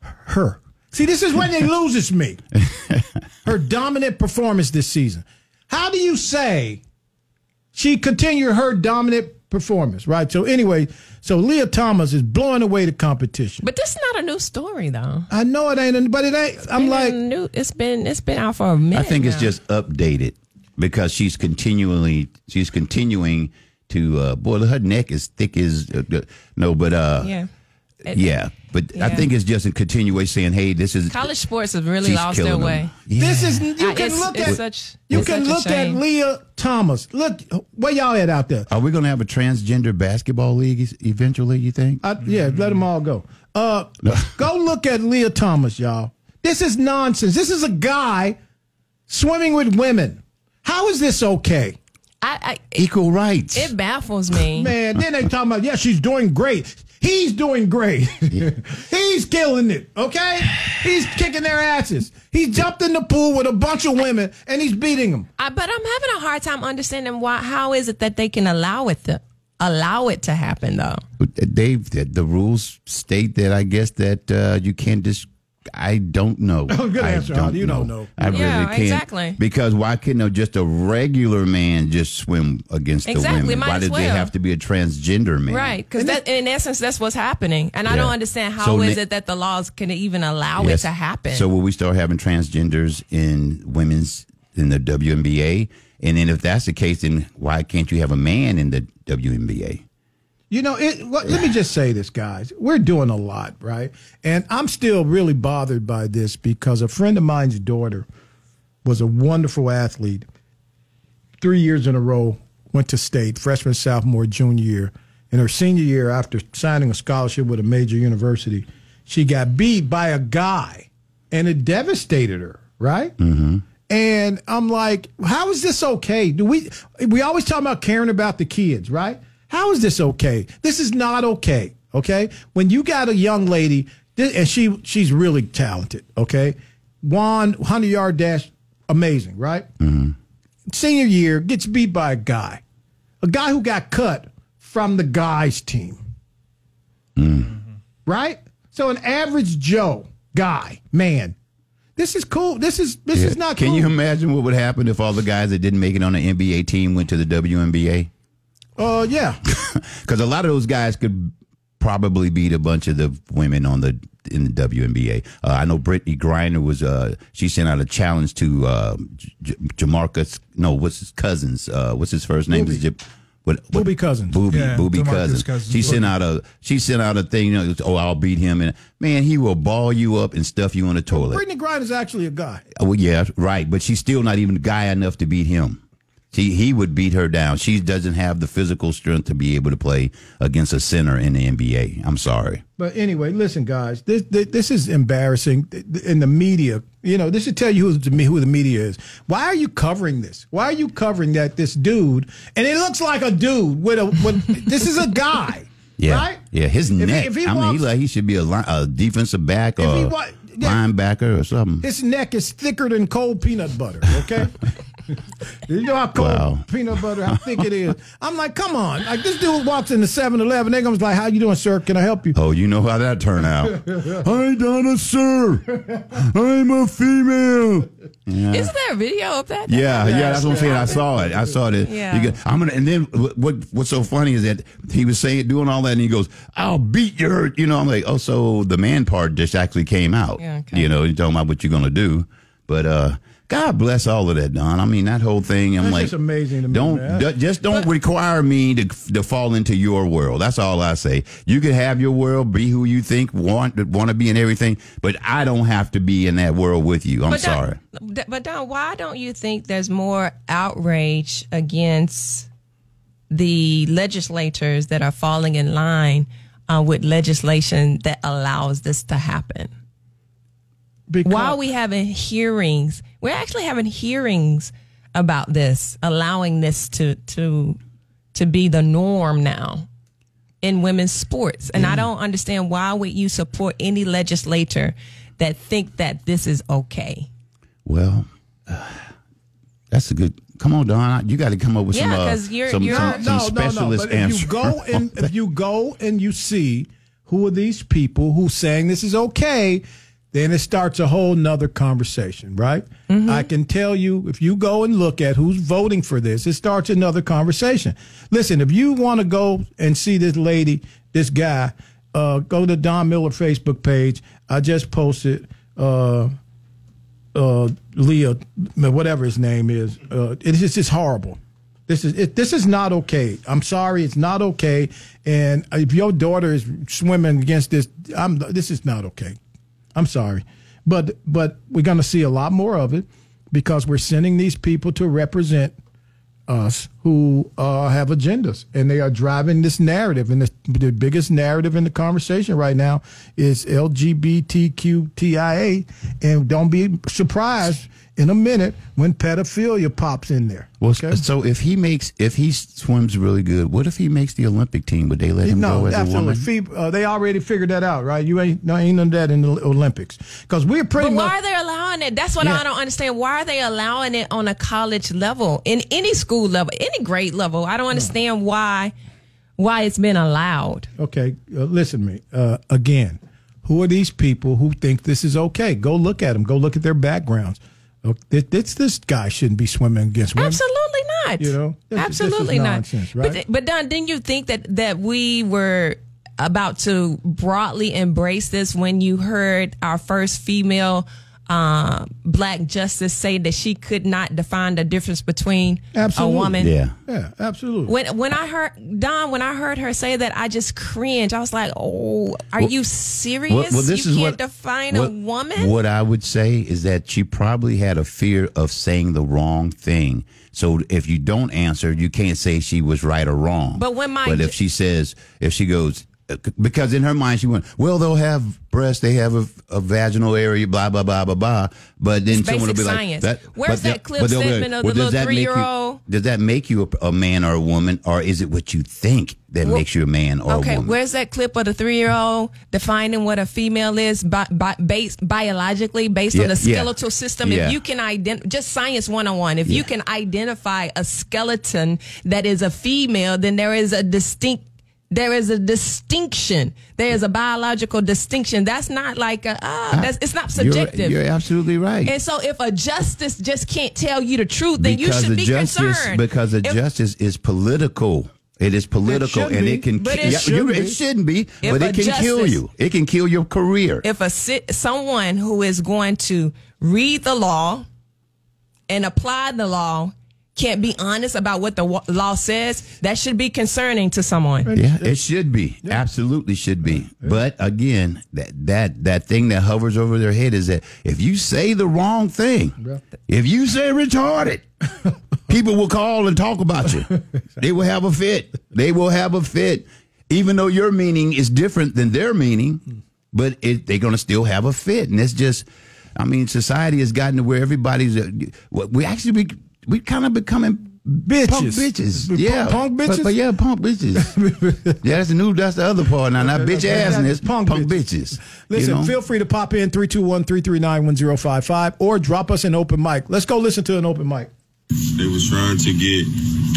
her. See, this is when they loses me. Her dominant performance this season. How do you say she continued her dominant performance, right? So anyway, so Leah Thomas is blowing away the competition. But this is not a new story though. I know it ain't, but it ain't. I'm Been like, new, it's been it's been out for a minute. I think it's now. just updated because she's continually she's continuing to uh boy her neck is thick as uh, uh, no but uh yeah. It- yeah, but I Yeah. think it's just a continuation saying hey this is College sports have really she's lost their killing them. way. Yeah. This is you Uh, can it's- look it's at such- you it's can such a look at shame. Leah Thomas. Look where y'all at out there. Are we going to have a transgender basketball league es- eventually? You think? I, yeah, let them all go. Uh, go look at Leah Thomas, y'all. This is nonsense. This is a guy swimming with women. How is this okay? I, I Equal rights. it baffles me. Man, then they talking about, yeah, she's doing great. He's doing great. He's killing it, okay? He's kicking their asses. He jumped in the pool with a bunch of women and he's beating them. I, but I'm having a hard time understanding why. How is it that they can allow it to allow it to happen though? they the, the rules state that I guess that uh, you can't just. I don't know. Good I answer, Howard. You don't know. I really Yeah, can't. exactly. Because why couldn't a- just a regular man just swim against Exactly, the women? might why as did they well. have to be a transgender man? Right, because that in essence that's what's happening, and I Yeah. don't understand how is So ne- it that the laws can even allow Yes. it to happen. So will we start having transgenders in women's in the WNBA? And then if that's the case, then why can't you have a man in the WNBA? You know, it, let, let me just say this, guys. We're doing a lot, right? And I'm still really bothered by this because a friend of mine's daughter was a wonderful athlete. Three years in a row, went to state, freshman, sophomore, junior year. In her senior year, after signing a scholarship with a major university, she got beat by a guy and it devastated her, right? Mm-hmm. And I'm like, how is this okay? Do we we always talk about caring about the kids, right? How is this okay? This is not okay. Okay, when you got a young lady thi- and she she's really talented. Okay, one hundred yard dash, amazing, right? Mm-hmm. Senior year gets beat by a guy, a guy who got cut from the guys team, right? So an average Joe guy, man, this is cool. This is this is not. Can cool. you imagine what would happen if all the guys that didn't make it on the NBA team went to the WNBA? Uh, yeah. Because a lot of those guys could probably beat a bunch of the women on the in the WNBA. Uh, I know Brittany Griner was uh, she sent out a challenge to uh, J- J- Jamarcus. No, what's his cousins? Uh, what's his first name? Is Jam- what, what- Boobie Cousins. Boobie, Yeah, Boobie Jamarcus Cousins. Cousins. She sent out a she sent out a thing. You know, oh, I'll beat him, and man, he will ball you up and stuff you on the toilet. Brittany Griner's actually a guy. Oh, Well, yeah, right. But she's still not even guy enough to beat him. She, he would beat her down. She doesn't have the physical strength to be able to play against a center in the NBA. I'm sorry. But anyway, listen, guys, this this, this is embarrassing in the media. You know, this should tell you who the, me- who the media is. Why are you covering this? Why are you covering that this dude? And it looks like a dude with a. With, this is a guy, Yeah, right? yeah. His If he- neck. if he I mean, he, walks- like, uh, he should be a, li- a defensive back or he wa- yeah. linebacker or something. His neck is thicker than cold peanut butter. Okay. You know how cold Wow. peanut butter, how thick it is. I'm like, come on. Like, this dude walks into 7 Eleven. They're going to be like, how you doing, sir? Can I help you? Oh, you know how that turned out. Hi, Donna, sir. I'm a female. Isn't there a video of that? uh, Yeah, yeah, that's what I'm saying. I saw it. I saw it. Yeah. You go, I'm gonna. And then wh- what? What's so funny is that he was saying, doing all that, and he goes, "I'll beat your." You know, I'm like, oh, so the man part just actually came out. Yeah, okay. You know, you're talking about what you're gonna do, but uh, God bless all of that, Don. I mean, that whole thing. I'm That's like, just amazing to me, Don't man. d- just don't require me to to fall into your world. That's all I say. You can have your world, be who you think want want to be, and everything, but I don't have to be in that world with you. I'm But Don- sorry. d- but Don, why don't you think there's more outrage against the legislators that are falling in line uh, with legislation that allows this to happen? Because, Why are we having hearings? We're actually having hearings about this, allowing this to to to be the norm now in women's sports. And Mm. I don't understand why would you support any legislator that think that this is okay. Well, uh, that's a good. Come on, Don. You got to come up with Yeah, some, 'cause uh, you're- some, you're- some, some specialist But if answer. you go and if you go and you see who are these people who saying this is okay, then it starts a whole nother conversation, right? Mm-hmm. I can tell you if you go and look at who's voting for this, it starts another conversation. Listen, if you want to go and see this lady, this guy, uh, go to Don Miller Facebook page. I just posted. Uh, uh, Leah, whatever his name is. Uh, it is just horrible. This is it, this is not okay. I'm sorry, it's not okay. And if your daughter is swimming against this, I'm this is not okay. I'm sorry, but but we're going to see a lot more of it because we're sending these people to represent us who uh, have agendas and they are driving this narrative. And the, the biggest narrative in the conversation right now is LGBTQTIA. And don't be surprised in a minute when pedophilia pops in there. Well, so if he makes if he swims really good, what if he makes the Olympic team? Would they let him no, go as a absolutely. woman? Fe- uh, they already figured that out, right? You ain't no ain't none of that in the Olympics because we're pretty But why much. are they allowing it? That's what Yeah. I don't understand. Why are they allowing it on a college level, in any school level, any grade level? Hmm. I don't understand why why it's been allowed. okay, uh, listen to me uh, again. Who are these people who think this is okay? Go look at them. Go look at their backgrounds. Oh, th- This this guy shouldn't be swimming against women. Absolutely not. You know, this is- this is absolutely not. nonsense, But right? th- but Don, didn't you think that that we were about to broadly embrace this when you heard our first female uh, black justice say that she could not define the difference between Absolutely. a woman? Yeah. Yeah, absolutely. When when I heard Don, when I heard her say that, I just cringed. I was like, "Oh, are you serious? you can't define what- a woman." What I would say is that she probably had a fear of saying the wrong thing. So if you don't answer, you can't say she was right or wrong. But when my- but if she says, if she goes, because in her mind she went, well, they'll have breasts, they have a, a vaginal area, blah blah blah blah blah. But then someone will basic be science. like, Where's but they'll- that clip but they'll be segment of the does little that make you- three-year-old? Does that make you a, a man or a woman, or is it what you think that makes you a man or a Okay, woman? where's that clip of the three year old defining what a female is bi- bi- based biologically based on Yeah, the yeah. skeletal system? Yeah. If you can identify, just science 101, if Yeah. you can identify a skeleton that is a female, then there is a distinct there is a distinction. There is a biological distinction. That's not like a, ah, that's, it's not You're- subjective. You're, absolutely right. and so if a justice just can't tell you the truth, then you should the be justice, concerned. Because the If- justice is political. It is political, should oh, and be, it can. but ki- it you're- should be. it shouldn't be, If but a it can kill justice- you. It can kill your career. if a sit, someone who is going to read the law and apply the law can't be honest about what the wa- law says, that should be concerning to someone. yeah, it should be. Absolutely should be. But again, that that that thing that hovers over their head is that if you say the wrong thing, if you say retarded, people will call and talk about you. They will have a fit. They will have a fit, even though your meaning is different than their Hmm. meaning. But it, they're going to still have a fit, and it's just. I mean, society has gotten to where everybody's. uh, We actually we we kind of becoming Bitches. punk bitches, Punk- yeah, punk But- bitches? but yeah, punk bitches. yeah, that's the new. That's the other part now. Not bitch ass, and it's punk, bitches. Listen, you know? feel free to pop in 321 339 1055 or drop us an open mic. Let's go listen to an open mic. They was trying to get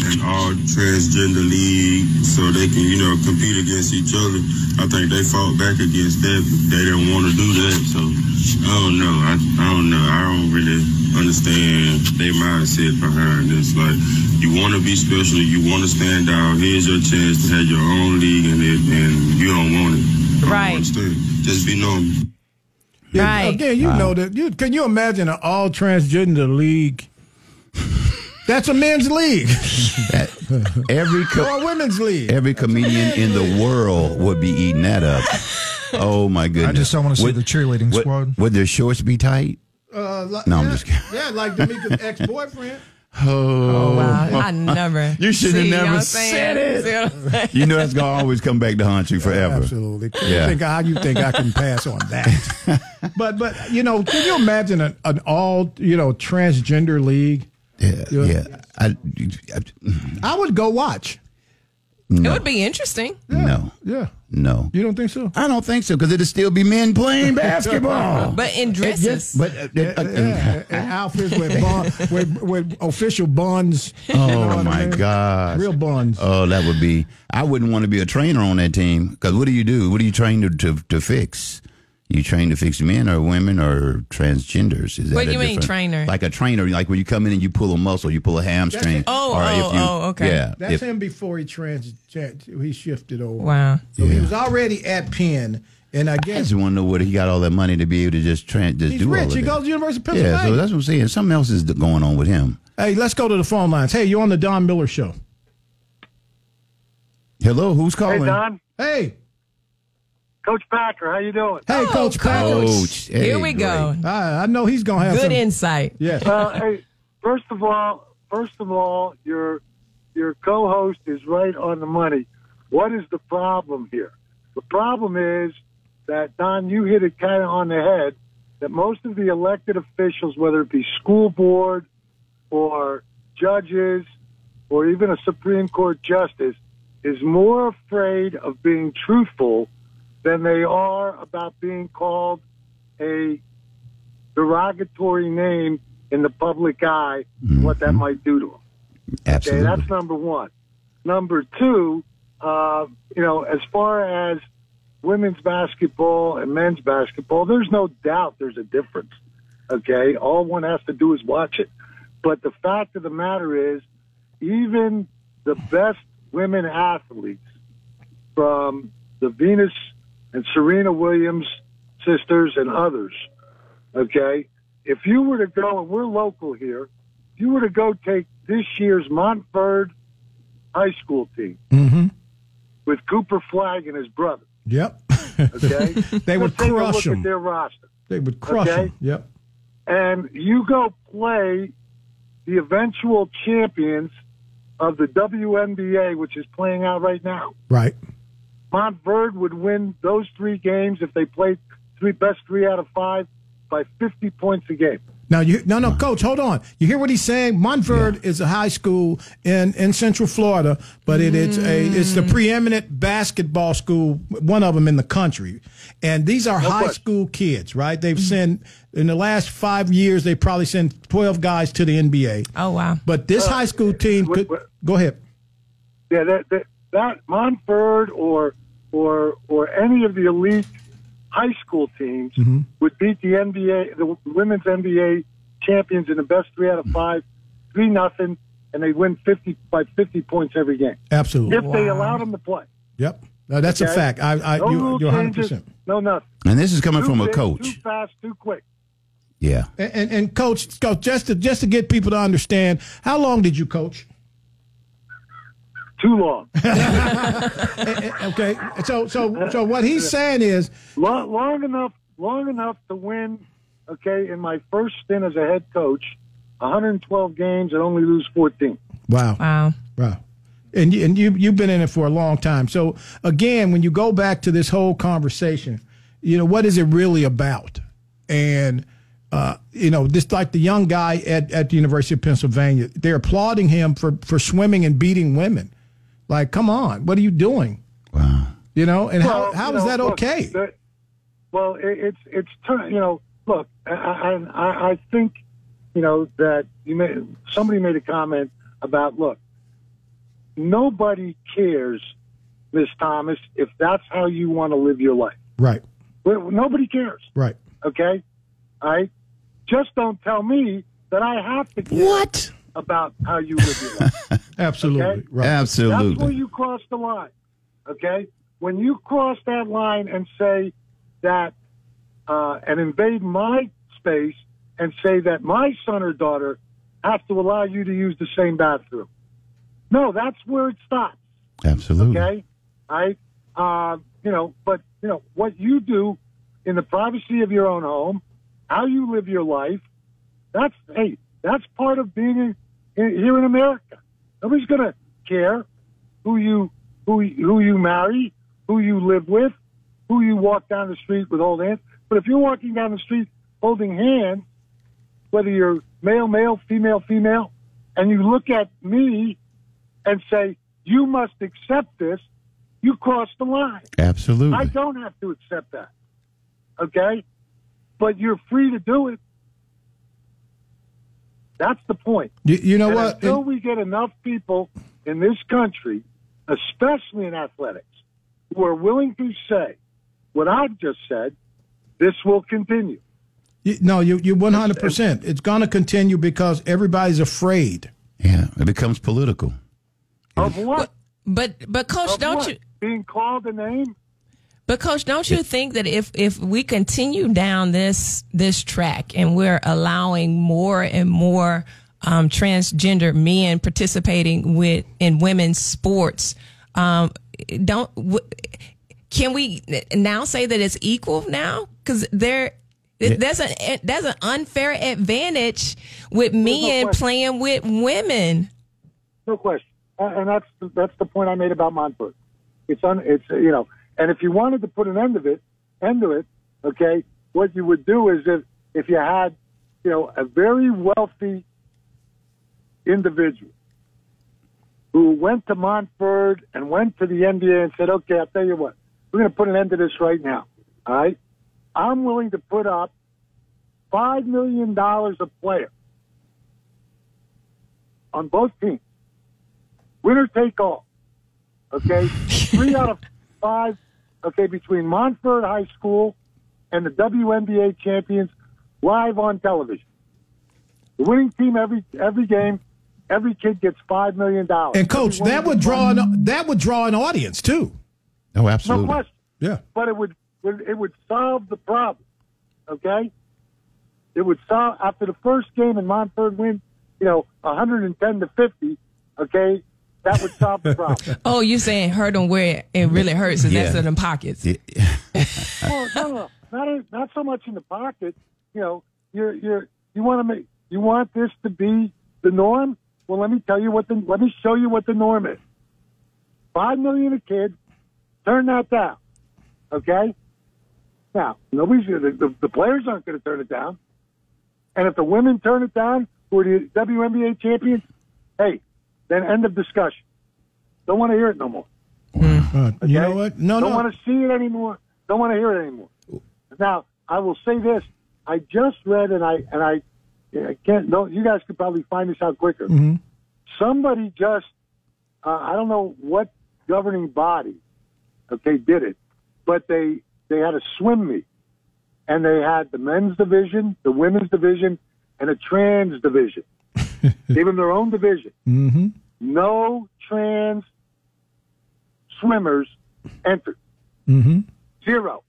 an all transgender league so they can, you know, compete against each other. I think they fought back against that. They didn't want to do that. So I don't know. I, I don't know. I don't really understand their mindset behind this. Like, you want to be special. You want to stand out. Here's your chance to have your own league, and it, and you don't want it. I don't Right. understand. Just be normal. Right. Again, you know that. You Can you imagine an all transgender league? That's a men's league every or co- a women's league. every comedian in the world would be eating that up. Oh my goodness! just don't wanna see the cheerleading would, squad. Would their shorts be tight? Uh, like- No, I'm yeah, just kidding. Yeah, like D'Amica's ex boyfriend. Oh, Wow, I never. You should have See, never y'all saying- said it. See what I'm saying? you know that's gonna always come back to haunt you forever. Absolutely. Yeah. You think, how you think I can pass on that? but but you know, can you imagine an, an all you know transgender league? Yeah, You- yeah. I, I, I would go watch. It would be interesting. no, Yeah. no. You don't think so? I don't think so because it'd still be men playing basketball. But in dresses. but uh, uh, Yeah, and outfits with, bond, with with official buns. Oh You know what I my mean? gosh. Real buns. Oh, that would be. I wouldn't want to be a trainer on that team because what do you do? What do you train to, to to fix? You train to fix men or women or transgenders? Is that What do a you mean, different- trainer? Like a trainer, like when you come in and you pull a muscle, you pull a hamstring. Oh, or oh, if you, oh, okay. Yeah, That's if- him before he trans, tran- he shifted over. wow. So he was already at Penn, and I I guess just want to know where he got all that money to be able to just tran just he's do all rich. of He that. goes to the University of yeah, Pennsylvania. so that's what I'm saying. Something else is going on with him. hey, let's go to the phone lines. Hey, you're on the Don Miller Show. Hello, who's calling? Hey, Coach Packer, how you doing? hey, Oh, Coach Packer. Coach. Hey, Here we go. I, I know he's gonna have Good some. insight. yes. Well, hey, first of all, first of all, your your co-host is right on the money. What is the problem here? The problem is that Don, you hit it kind of on the head. that most of the elected officials, whether it be school board or judges or even a Supreme Court justice, is more afraid of being truthful than they are about being called a derogatory name in the public eye, what that might do to them. Absolutely. Okay, that's number one. Number two, uh, you know, as far as women's basketball and men's basketball, there's no doubt there's a difference. Okay, all one has to do is watch it. But the fact of the matter is, even the best women athletes, from the Venus and Serena Williams sisters and others, okay, if you were to go, and we're local here, if you were to go take this year's Montford high school team Mm-hmm. with Cooper Flagg and his brother, Yep. okay? They would Just take a crush look 'em. at their roster. They would crush Okay. them. Yep. And you go play the eventual champions of the WNBA, which is playing out right now. Right. Montverde would win those three games if they played three best three out of five by 50 points a game. Now you no no coach hold on you hear what he's saying Montford is a high school in, in Central Florida but it, it's a it's Mm. the preeminent basketball school one of them in the country and these are high school kids right Mm. they've sent in the last five years they probably sent twelve guys to the NBA Oh wow. but Uh, this high school team could go ahead Yeah, that that, that Montford or or or any of the elite high school teams would beat the NBA, the women's NBA champions in the best three out of five, three nothing, and they win fifty by fifty points every game absolutely if they allowed them to play. yep no, that's a okay? fact I, I no you, rule you're hundred changes, percent. no nothing. And this is coming from a big, coach. too fast, too quick. Yeah. And, and, and coach, coach, just to just to get people to understand, how long did you coach? Too long. Eh, eh, okay, so so so what he's saying is, long, long enough, long enough to win. Okay, in my first stint as a head coach, 112 games and only lose 14. wow, Wow. wow, and you, and you you've been in it for a long time. So again, when you go back to this whole conversation, you know what is it really about? And uh, you know, just like the young guy at at the University of Pennsylvania, they're applauding him for for swimming and beating women. Like, come on, what are you doing? Wow. You know, and Well, how how you is know, that look, okay? the- well, it, it's it's turn. You know, look, I, I I I think you know that you made somebody made a comment about look, nobody cares, Miss Thomas, if that's how you want to live your life. right, Well, Nobody cares. right. Okay, all right. Just don't tell me that I have to care What? about how you live your life. Absolutely. Okay? Right. That's where Absolutely. you cross the line. Okay? When you cross that line and say that, uh, and invade my space and say that my son or daughter has to allow you to use the same bathroom. No, that's where it stops. Absolutely. Okay? I, uh, you know, but, you know, what you do in the privacy of your own home, how you live your life, that's, hey, that's part of being in, in, here in America. Nobody's going to care who you, who, you- who you marry, who you live with, who you walk down the street with old hands. But if you're walking down the street holding hands, whether you're male, male, female, female, and you look at me and say, you must accept this, you cross the line. I Absolutely. don't have to accept that. Okay? But you're free to do it. That's the point. You, you know And what? Until we get enough people in this country, especially in athletics, who are willing to say what I've just said, this will continue. You- no, you you one hundred percent. It's going to continue because everybody's afraid. Yeah. It becomes political. Of what? But but coach, Of don't what? you Being called a name? But coach, don't you think that if if we continue down this this track and we're allowing more and more um, transgender men participating with in women's sports, um, don't w- can we now say that it's equal now? Because there. There's an there's an unfair advantage with men question. playing with women. No question. And and that's that's the point I made about Montford. It's un, it's uh, you know, and if you wanted to put an end of it, end to it, okay, what you would do is if if you had, you know, a very wealthy individual who went to Montford and went to the NBA and said, "Okay, I'll tell you what, we're going to put an end to this right now. All right, I'm willing to put up five million dollars a player on both teams, winner take all. Okay, three out of five. Okay, between Montford High School and the WNBA champions, live on television. The winning team every every game, every kid gets five million dollars. And coach, that would draw an that would draw an audience too. Oh, No question. Yeah. But it would it would solve the problem. Okay? It would solve after the first game and Montford win, you know, 110 to 50, okay? That would solve the problem. Oh, you saying hurt on where it really hurts, and that's Yeah. in the pockets. well, no, no, not in- not so much in the pocket. You know, you're you're you want to make you want this to be the norm. Well, let me tell you what the let me show you what the norm is. Five million a kid. Turn that down. Okay. Now nobody's gonna, the, the players aren't going to turn it down, and if the women turn it down, who are the WNBA champions, hey, then end of discussion. Don't want to hear it no more. Uh, you know what? No, don't no. want to see it anymore. Don't want to hear it anymore. Now, I will say this: I just read, and I and I, I can't. No, you guys could probably find this out quicker. Mhm. Somebody just, uh, I don't know what governing body, okay, did it, but they they had a swim meet, and they had the men's division, the women's division, and a trans division. Gave them their own division Mm-hmm. no trans swimmers entered. Mm-hmm. Zero.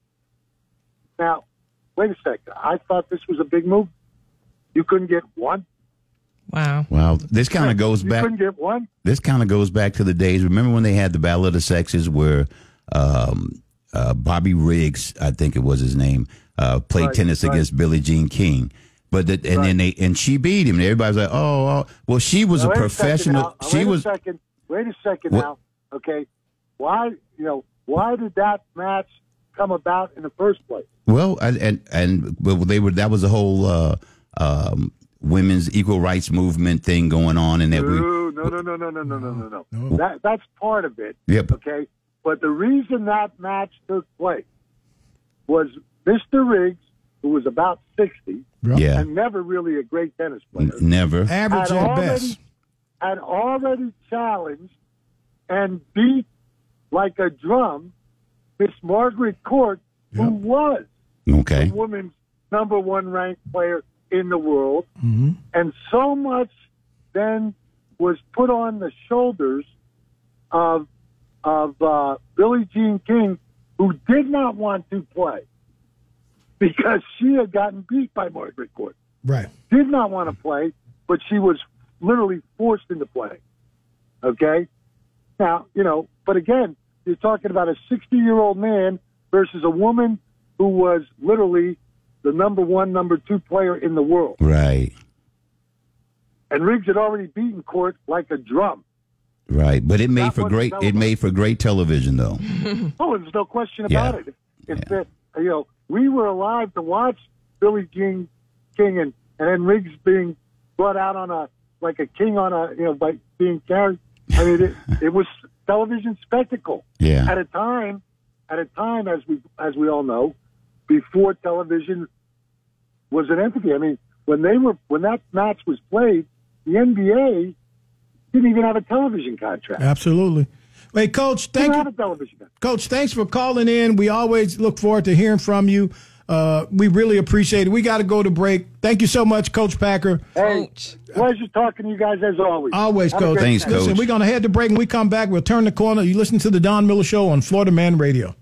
Now, wait a second. I thought this was a big move. You couldn't get one. Wow. Wow. This kind of goes You back. couldn't get one. This kind of goes back to the days. Remember when they had the Battle of the Sexes, where um, uh, Bobby Riggs, I think it was his name, uh, played Right, tennis right. against Billie Jean King. But that, and then they and she beat him. And everybody's like, oh, oh, well, she was Now, a wait professional. second now. she wait was A second. Wait a second What- now. Okay. Why? You know. Why did that match come about in the first place? Well, and and, and but they were that was the whole uh, um, women's equal rights movement thing going on, and that we no, no, no, no, no, no, no, no, no. That that's part of it. Yep. Okay. But the reason that match took place was Mr. Riggs, who was about sixty, Yeah. and never really a great tennis player, n- never had already, had already challenged and beat like a drum Miss Margaret Court, who was Okay. the woman's number one ranked player in the world. Mm-hmm. And so much then was put on the shoulders of of uh, Billie Jean King, who did not want to play because she had gotten beat by Margaret Court. Right. Did not want to play, but she was literally forced into playing. Okay? Now, you know, but again, you're talking about a 60 year old man versus a woman who was literally the number one, number two player in the world. right, And Riggs had already beaten Court like a drum. right. But it made for was great. It made for great television, though. oh, there's no question about Yeah. it. If the- you know, we were alive to watch Billy Jean King and and then Riggs being brought out on a like a king on a you know by being carried. I mean, it, it was television spectacle. Yeah. At a time, at a time as we as we all know, before television was an entity. I mean, when they were when that match was played, the NBA didn't even have a television contract. Absolutely. Hey, coach. Thank Didn't you. have a television. Coach, thanks for calling in. We always look forward to hearing from you. Uh, we really appreciate it. We got to go to break. Thank you so much, Coach Packer. Hey, pleasure talking to you guys as always. Always, Have a Coach. great night. Listen, we're going to head to break and we come back. We'll turn the corner. You listen to the Don Miller Show on Florida Man Radio.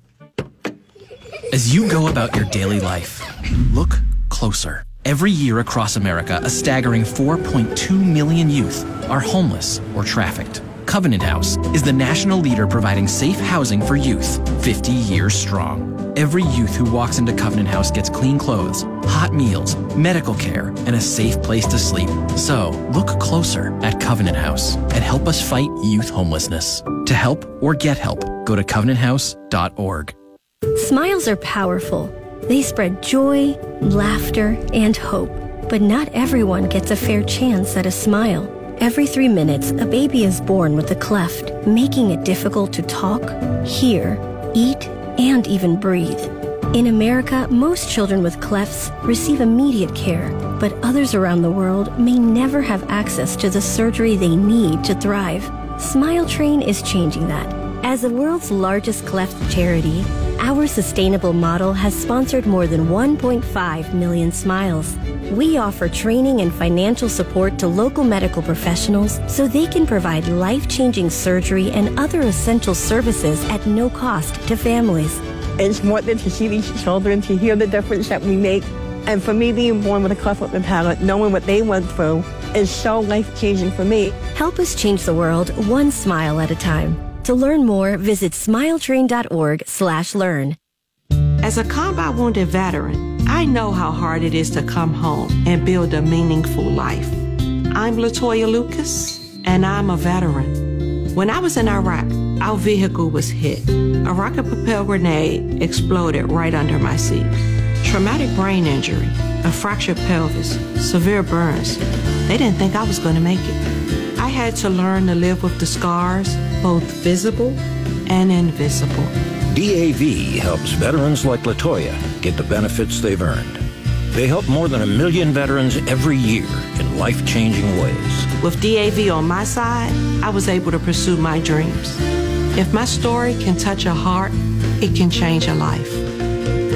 As you go about your daily life, look closer. Every year across America, a staggering 4.2 million youth are homeless or trafficked. Covenant House is the national leader providing safe housing for youth, 50 years strong. Every youth who walks into Covenant House gets clean clothes, hot meals, medical care, and a safe place to sleep. So look closer at Covenant House and help us fight youth homelessness. To help or get help, go to covenanthouse.org. Smiles are powerful, They spread joy, laughter, and hope. But not everyone gets a fair chance at a smile. Every three minutes, a baby is born with a cleft, making it difficult to talk, hear, eat, and even breathe. In America, most children with clefts receive immediate care, but others around the world may never have access to the surgery they need to thrive. Smile Train is changing that. As the world's largest cleft charity, our sustainable model has sponsored more than 1.5 million smiles. We offer training and financial support to local medical professionals so they can provide life changing surgery and other essential services at no cost to families. It's important to see these children, to hear the difference that we make. And for me, being born with a cleft lip and palate, knowing what they went through is so life changing for me. Help us change the world one smile at a time. To learn more, visit smiletrain.org/learn. As a combat wounded veteran, I know how hard it is to come home and build a meaningful life. I'm Latoya Lucas, and I'm a veteran. When I was in Iraq, our vehicle was hit. A rocket propelled grenade exploded right under my seat. Traumatic brain injury, a fractured pelvis, severe burns. They didn't think I was going to make it. I had to learn to live with the scars, both visible and invisible. DAV helps veterans like Latoya get the benefits they've earned. They help more than a million veterans every year in life changing ways. With DAV on my side, I was able to pursue my dreams. If my story can touch a heart, it can change a life.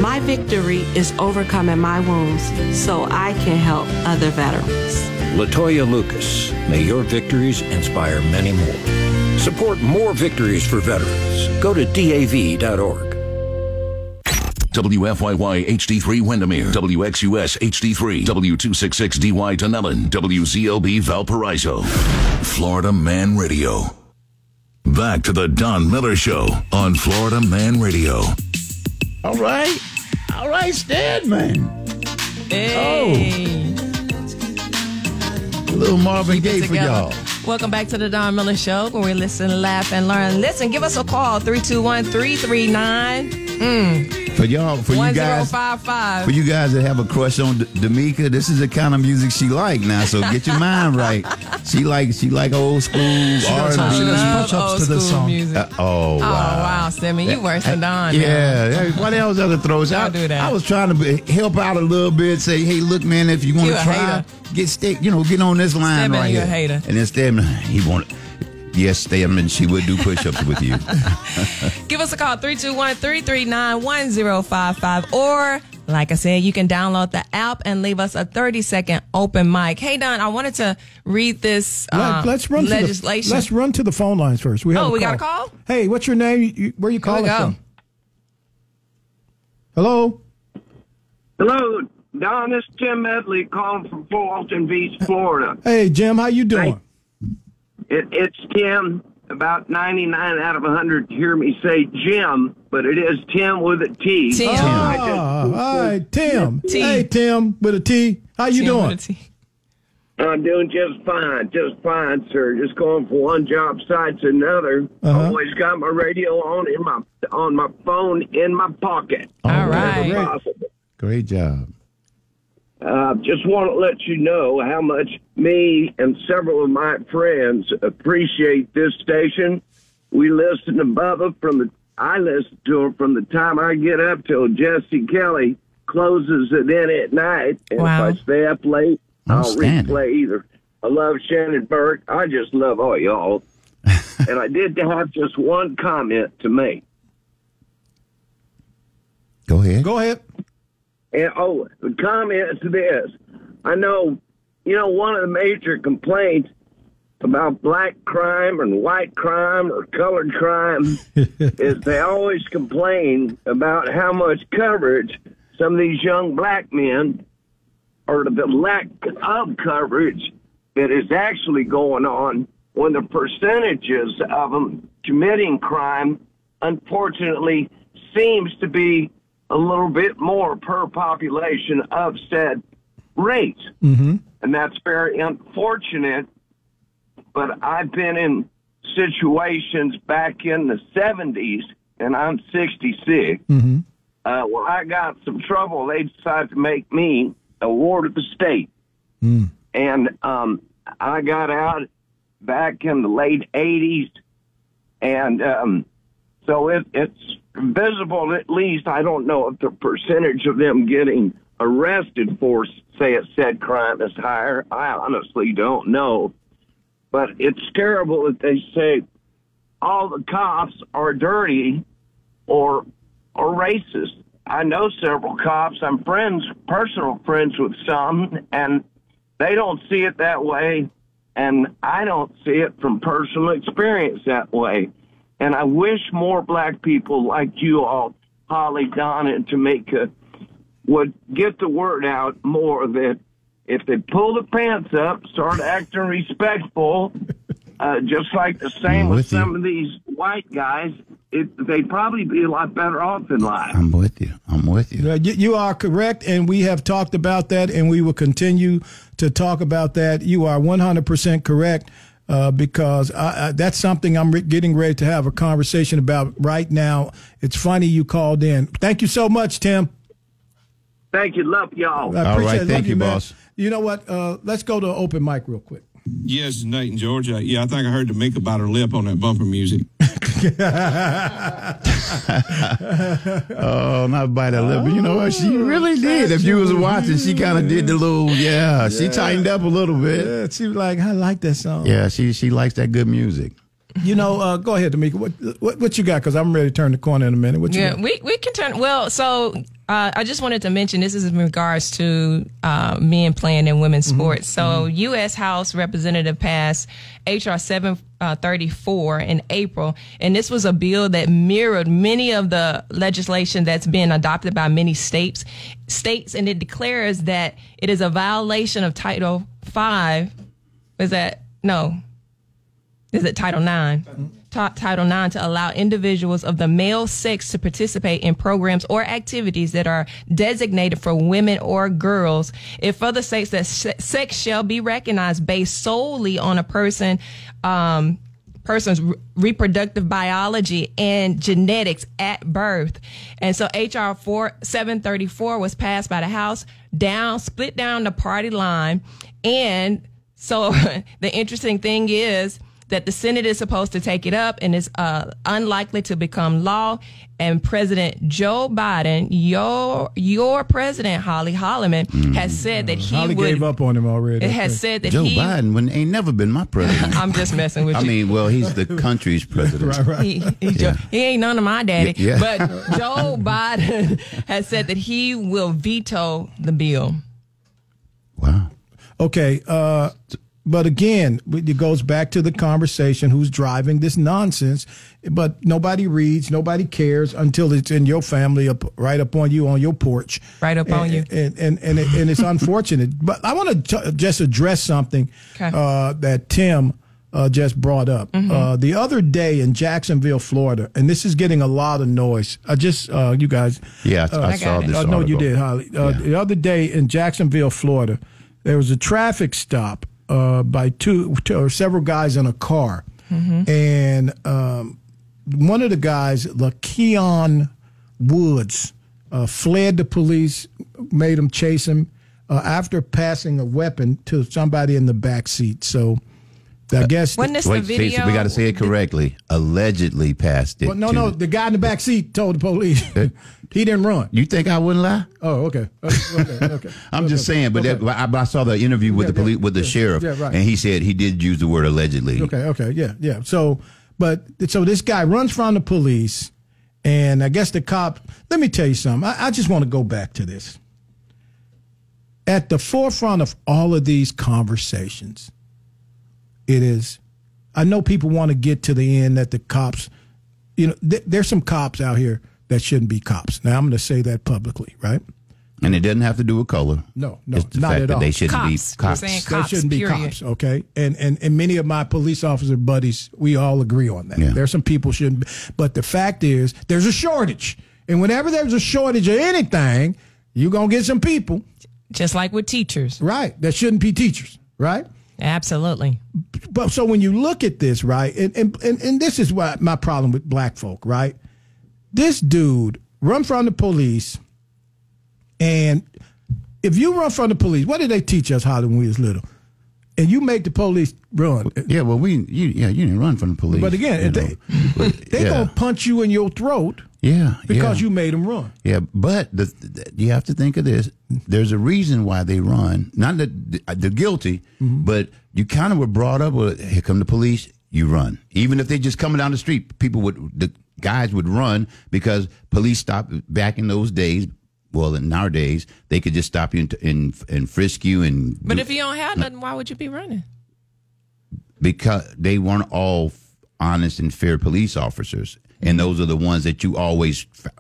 My victory is overcoming my wounds so I can help other veterans. Latoya Lucas, may your victories inspire many more. Support more victories for veterans. Go to DAV.org. WFYY HD3 Windermere, WXUS HD3, W266DY Dunellen, WZLB Valparaiso. Florida Man Radio. Back to the Don Miller Show on Florida Man Radio. All right. All right, Stedman. Hey. Oh. A little Marvin Gaye for together. y'all. Welcome back to the Don Miller Show, where we listen, laugh, and learn. Listen, give us a call 321 339 For y'all, for you guys, 1055. for you guys that have a crush on D- D'Amica, this is the kind of music she like now. So get your mind right. She like she like old school R does- and she B. does push-ups Love to this old school song. Uh, music. Ah. oh Oh, wow. wow, Simi, you worse than Don. now. Yeah, yeah, why the hell's other throws? I, Don't do that. I was trying to be- help out a little bit. Say, hey, look, man, if you want You to a try, hater. get stick. You know, get on this line Stedman, right you a here. hater. And instead, he wanted. Yes, Stedman, she would do push-ups with you. Give us a call 321 339 1055. Or, like I said, you can download the app and leave us a 30 second open mic. Hey, Don, I wanted to read this um, Let, us run legislation. To the, let's run to the phone lines first. We have Oh, a we call. got a call? Hey, what's your name? You, where you Here we calling go. from? Hello. Hello, Don. This is Tim Medley calling from Fulton Beach, Florida. Hey, Jim, how you doing? It, it's Tim. About 99 out of 100 hear me say Jim, but it is Tim with a T. Tim. Ah, all right, Tim. Hey, Tim with a T. How you doing? I'm doing just fine, just fine, sir. Just going from one job site to another. Uh-huh. Always got my radio on in my on my phone in my pocket. All right. Great job. Uh, just want to let you know how much me and several of my friends appreciate this station. We listen to Bubba from the I listen to her from the time I get up till Jesse Kelly closes it in at night. And Wow. if I stay up late, I'll Outstanding. replay either. I love Shannon Burke. I just love all y'all. and I did have just one comment to make. Go ahead. Go ahead. And oh, the comment to this. I know, you know, one of the major complaints about black crime and white crime or colored crime is they always complain about how much coverage some of these young black men or the lack of coverage that is actually going on when the percentages of them committing crime unfortunately seems to be a little bit more per population of said race Mm-hmm. and that's very unfortunate. But I've been in situations back in the 70s, and I'm 66, Mm-hmm. Uh, well, I got some trouble. They decided to make me a ward of the state. And um, I got out back in the late 80s. And um, so it, it's visible, at least. I don't know if the percentage of them getting arrested for, say, a said crime is higher. I honestly don't know. But it's terrible that they say all the cops are dirty or or racist. I know several cops. I'm friends, personal friends with some, and they don't see it that way, and I don't see it from personal experience that way. And I wish more black people like you all, Holly, Donna, and Tamika, would get the word out more that if they pull the pants up, start acting respectful, uh, just like the same I'm with with you. some of these white guys, it, they'd probably be a lot better off in life. I'm with you. I'm with you. Yeah, You, you are correct, and we have talked about that, and we will continue to talk about that. You are 100% correct uh, because I, I, that's something I'm re- getting ready to have a conversation about right now. It's funny you called in. Thank you so much, Tim. Thank you. Love y'all. I appreciate it. Love man. boss. You know what? Uh, let's go to open mic real quick. Yes, Nate in Georgia. Yeah, I think I heard the make about her lip on that bumper music. oh, not by the lip, but you know what? She really did. If you was watching, she kind of did the little, yeah, She tightened up a little bit. Yeah, she was like, I like that song. Yeah, she she likes that good music. You know, uh, go ahead, Tamika. What what, what you got? Because I'm ready to turn the corner in a minute. What you yeah, got? we, we can turn. Well, so uh, I just wanted to mention this is in regards to uh, men playing in women's Mm-hmm. sports. So, U.S. House Representative passed H.R. 734 uh, in April, and this was a bill that mirrored many of the legislation that's been adopted by many states. States, and it declares that it is a violation of Title Five. Is that no? is it Title IX? Ta- Title IX to allow individuals of the male sex to participate in programs or activities that are designated for women or girls. It further states that se- sex shall be recognized based solely on a person, um, person's re- reproductive biology and genetics at birth. And so HR 4 734 was passed by the House down, split down the party line. And so the interesting thing is, that the Senate is supposed to take it up and is uh, unlikely to become law. And President Joe Biden, your your president Holly Holliman, has said that he Holly would. gave up on him already. It has said that Joe he. Biden when, ain't never been my president. I'm just messing with I you. mean, well, he's the country's president. right, right. He, he, Joe- he ain't none of my daddy. Yeah. But Joe Biden has said that he will veto the bill. Okay. Uh, but again, it goes back to the conversation who's driving this nonsense. But nobody reads, nobody cares until it's in your family, up, right up on you on your porch. Right up on And- you. And, and, and, it, and it's unfortunate. But I want to just address something Okay. uh, that Tim uh, just brought up. Mhm. Uh, the other day in Jacksonville, Florida, and this is getting a lot of noise. I just, uh, you guys. Yeah, I- I I got saw it. this Uh, no, you article. did, Holly. Uh, The other day in Jacksonville, Florida, there was a traffic stop uh, by two, two or several guys in a car, and um, one of the guys, LaKeon Woods, uh, fled the police, made them chase him uh, after passing a weapon to somebody in the back seat. So. Uh, I guess Wasn't this the Wait, see, see, we got to say it correctly. Allegedly passed it. well, no, to- no. The guy in the back seat told the police he didn't run. You think I wouldn't lie? Oh, okay. Uh, okay, okay. I'm just saying, but that, I, I saw the interview with the police with the sheriff, yeah, right. and he said he did use the word allegedly. Okay, okay, yeah, yeah. So, but so this guy runs from the police, and I guess the cop. Let me tell you something. I, I just want to go back to this. At the forefront of all of these conversations, it is. I know people want to get to the end that the cops, you know, th- there's some cops out here that shouldn't be cops. Now I'm going to say that publicly, right? And it doesn't have to do with color. No, no, It's the not fact at that all. they shouldn't be Cops. We're cops. saying cops, they shouldn't be period. cops. Okay, and and and many of my police officer buddies, we all agree on that. There's some people shouldn't, be, but the fact is, there's a shortage, and whenever there's a shortage of anything, you're gonna get some people, just like with teachers, right? That shouldn't be teachers, right? Absolutely. But so when you look at this, right, and and and, and this is what my problem with black folk, right? This dude run from the police, and if you run from the police, what did they teach us how to when we was little? And you make the police run. Yeah, well, we you, yeah you didn't run from the police. But again, you if they they yeah. gonna punch you in your throat yeah, because yeah. you made them run. Yeah, but the, the, you have to think of this. There's a reason why they run. Not that they're guilty, Mm-hmm. but you kind of were brought up with here come the police, you run. Even if they just coming down the street, people would the guys would run because police stopped back in those days. Well, in our days, they could just stop you and and, and frisk you and But do- if you don't have nothing, why would you be running? because they weren't all f- honest and fair police officers, and those are the ones that you always. f-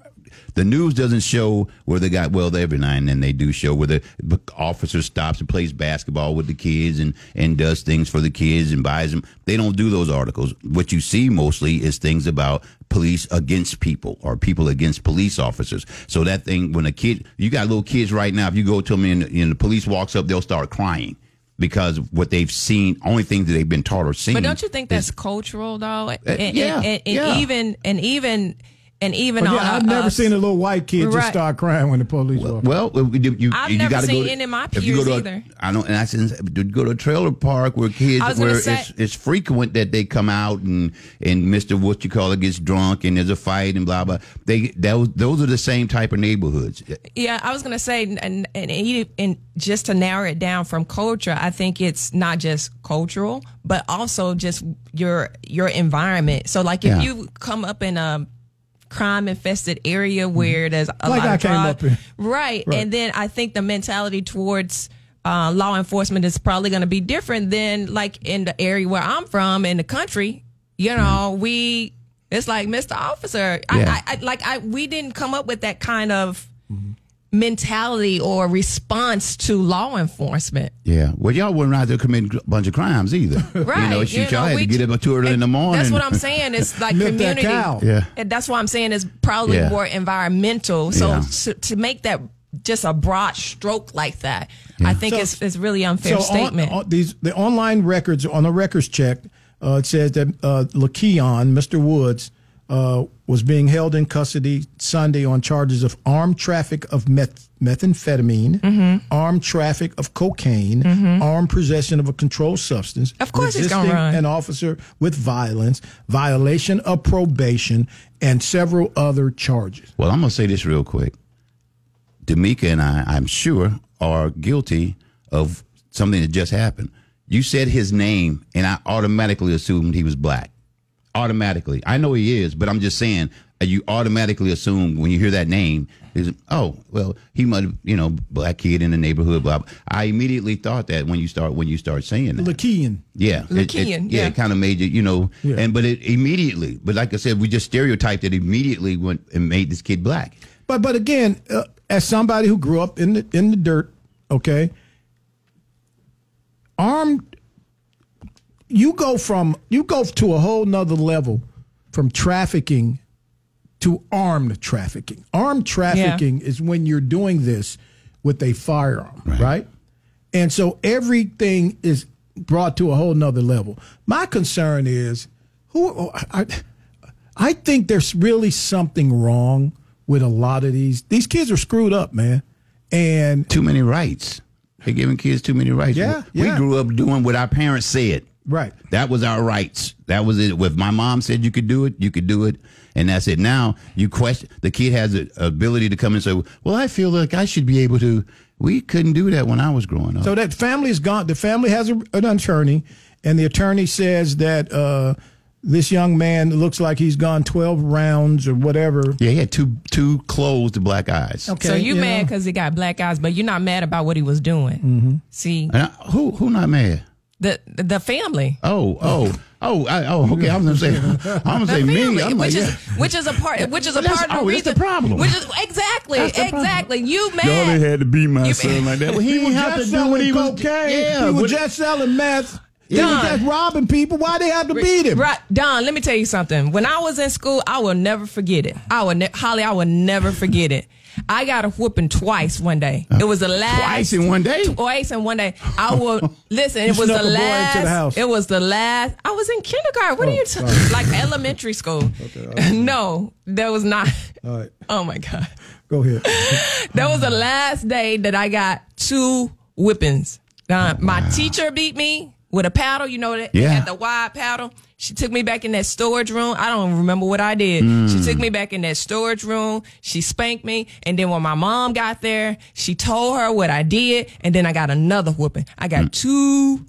The news doesn't show where they got. Well, every now and then they do show where the the officer stops and plays basketball with the kids and and does things for the kids and buys them. They don't do those articles. What you see mostly is things about police against people or people against police officers. So that thing when a kid, you got little kids right now. If you go to them and, and the police walks up, they'll start crying because what they've seen, only things that they've been taught or seen. But don't you think that's cultural Eh, though? And, and- yeah, and, and yeah. even and even and even But on yeah, I've a- never a- seen a little white kid just Right. start crying when the police walk. Well, you, you, I've you never gotta seen go to, any of my if you go peers to a- either. I don't, and I said, dude, go to a trailer park where kids, I was gonna where say- it's, it's frequent that they come out and and Mister what you call it gets drunk and there's a fight and blah blah. They those those are the same type of neighborhoods. Yeah, I was gonna say, and and, and, he- and just to narrow it down from culture, I think it's not just cultural, but also just your your environment. So, like, if Yeah. you come up in a crime infested area where there's a Like lot I of came drug- up in. right, Right. and then I think the mentality towards uh, law enforcement is probably going to be different than like in the area where I'm from in the country. You know, we it's like Mr. Officer, Mm-hmm. Yeah. I, I, I like I we didn't come up with that kind of Mm-hmm. mentality or response to law enforcement. Yeah, well, y'all weren't out there committing a bunch of crimes either. you Right, know, shoot, you y'all know, had we to get up at two early in the morning. That's what I'm saying. It's like Milk that community. cow. Yeah. And that's why I'm saying it's probably Yeah. more environmental. So Yeah. to, to make that just a broad stroke like that, I think it's it's really unfair So on- statement. on these the online records on the records check, uh, it says that uh, LaKeon, Mr. Woods, uh, was being held in custody Sunday on charges of armed traffic of meth- methamphetamine, Mm-hmm. armed traffic of cocaine, armed possession of a controlled substance, of course he's gonna run. an officer with violence, violation of probation, and several other charges. Well, I'm gonna say this real quick. D'Amica and I, I'm sure, are guilty of something that just happened. You said his name, and I automatically assumed he was black. Automatically, I know he is, but I'm just saying uh, you automatically assume when you hear that name is oh well he must you know black kid in the neighborhood. Blah. blah. I immediately thought that when you start when you start saying that. LaKeon. Yeah, it- it- Lakian, yeah, yeah. it kind of made you, you know, Yeah. and but it immediately, but like I said, we just stereotyped it immediately went and made this kid black. But but again, uh, as somebody who grew up in the in the dirt, okay, armed, you go from you go to a whole nother level from trafficking to armed trafficking. Armed trafficking is when you're doing this with a firearm, right? And so everything is brought to a whole nother level. My concern is who I, I think there's really something wrong with a lot of these. These kids are screwed up, man. And too many rights. They're giving kids too many rights. Yeah, we yeah. grew up doing what our parents said. Right. That was our rights. That was it. If my mom said you could do it, you could do it, and that's it. Now you question. The kid has the ability to come and say, "Well, I feel like I should be able to." We couldn't do that when I was growing up. So that family is gone. The family has a, an attorney, and the attorney says that uh, this young man looks like he's gone 12 rounds or whatever. Yeah, he had two two closed black eyes. so you mad because he got black eyes, but you're not mad about what he was doing. Mm. Mm-hmm. See And I- who who not mad? the the family. Oh, oh, oh, I, oh. Okay, I'm gonna say, I'm gonna say me. I'm like, which is yeah. which is a part which is a Well, that's part of the always reason. the problem. Which is exactly That's the problem. exactly you mad. Y'all done had to beat my son like that. Well, he was didn't have just to do what selling he was. cocaine. Yeah, he was what- just selling meth. He was just robbing people. Why they have to beat him? Right, Don. Let me tell you something. When I was in school, I will never forget it. I will, ne- Holly. I will never forget it. I got a whooping twice one day. It was the last Uh, Twice in one day? Twice in one day. I will listen. You It was snuck a the boy into the last. house. Oh, It was the last. I was in kindergarten. What are you t- like elementary school? no, that was not. All right, Oh my god. go ahead. That was the last day that I got two whippings. Uh, my teacher beat me with a paddle. You know that? Yeah. At the wide paddle. She took me back in that storage room. I don't remember what I did. Mm. She took me back in that storage room. She spanked me. And then when my mom got there, she told her what I did. And then I got another whooping. I got Mm. two,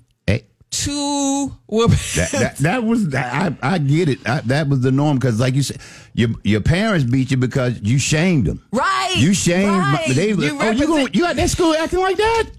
two whoopings. that, that, that was that, I, I get it. I, that was the norm because, like you said, your your parents beat you because you shamed them. Right. You shamed. my- right. They, You oh, you going you at that school acting like that?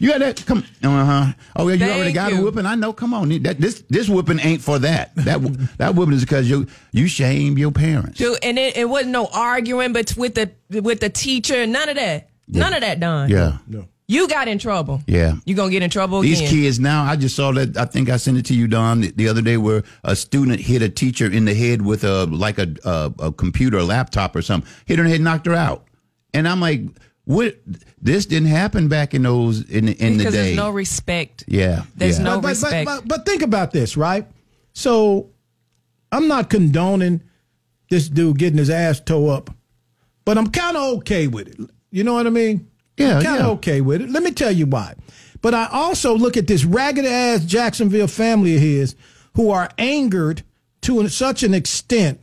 You had that? Come. Uh huh. Oh yeah, you already Thank got you. a whooping. I know. Come on. That this this whooping ain't for that. That wh- that whooping is because you you shame your parents. Dude, and it, it wasn't no arguing but with the with the teacher. None of that. None of that, Don. Yeah. No. You got in trouble. Yeah. you going to get in trouble These again. kids now, I just saw that. I think I sent it to you, Don, the, the other day, where a student hit a teacher in the head with a like a a, a computer, a laptop, or something. Hit her in the head, knocked her out. And I'm like, what? This didn't happen back in those in the- in because the day. there's no respect. yeah, there's yeah. But- no but- but- respect. but- But, but think about this, right? So I'm not condoning this dude getting his ass toe up, but I'm kind of okay with it. You know what I mean? Yeah, kind of yeah. okay with it. Let me tell you why. But I also look at this ragged ass Jacksonville family of his who are angered to an- such an extent,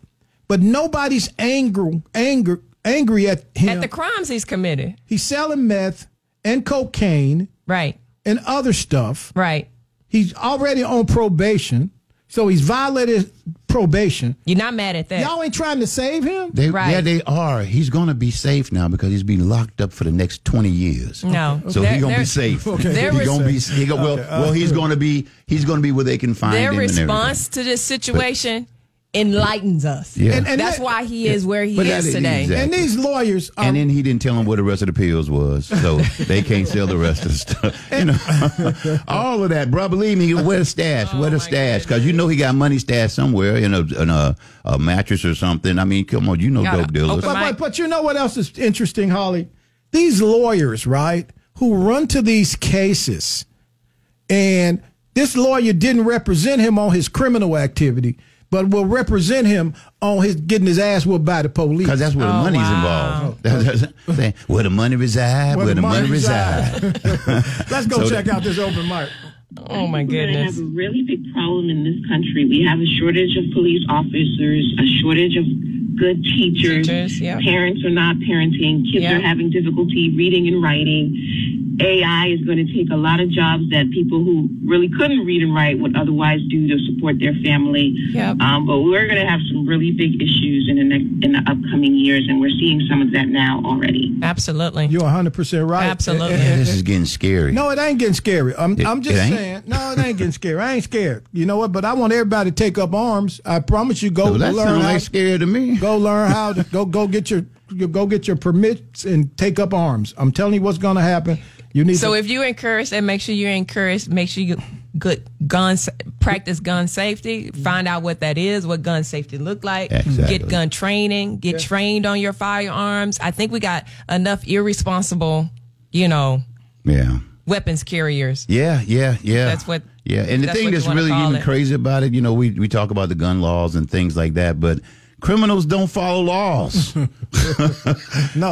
but nobody's angry, anger, angry at him. At the crimes he's committed. He's selling meth and cocaine. Right. And other stuff. Right. He's already on probation. So he's violated probation. You're not mad at that. Y'all ain't trying to save him? They, Yeah, they are. He's going to be safe now because he's been locked up for the next twenty years. No. so There- he's going to there- be safe. Okay. There he's going to be. is- He go, well, Okay, uh, well, he's going to be. He's going to be where they can find Their him. and everything. response to this situation enlightens us. Yeah. And- and That's that- why he is where he But that is is today. exactly- And these lawyers are and then he didn't tell them what the rest of the pills was, so they can't sell the rest of the stuff. You know, all of that, bro. Believe me, where the stash? where the stash? Because you know he got money stashed somewhere in a in a, a mattress or something. I mean, come on, you know dope dealers. But, but, but you know what else is interesting, Holly? These lawyers, right, who run to these cases, and this lawyer didn't represent him on his criminal activity, but will represent him on his getting his ass whooped by the police. Because that's Oh, where the money's involved. That's- that's- saying, where the money reside, Oh, where, the money, reside. Let's go So check that- out this open mic. Oh my goodness. We have a really big problem in this country. We have a shortage of police officers, a shortage of good teachers. Parents are not parenting. Kids are having difficulty reading and writing. AI is going to take a lot of jobs that people who really couldn't read and write would otherwise do to support their family. Um, but we're going to have some really big issues in the next in the upcoming years, and we're seeing some of that now already. Absolutely. You're 100% right. Absolutely. And- and- This is getting scary. No, it ain't getting scary. I'm, It- I'm just it ain't? saying. No, it ain't getting scary. I ain't scared. You know what? But I want everybody to take up arms. I promise you. Go No, that learn sound how. like scary to me. Go learn how to go. Go get your, your go get your permits and take up arms. I'm telling you what's going to happen. You need. So to, if you encourage that, make sure you're encouraged. Make sure you good gun sa- practice gun safety. Find out what that is, what gun safety look like. Exactly. Get gun training. Get trained on your firearms. I think we got enough irresponsible, you know, yeah. weapons carriers. Yeah, yeah, yeah. That's what- Yeah, and the that's thing what you that's wanna really call even it. crazy about it, you know, we we talk about the gun laws and things like that, but criminals don't follow laws. no,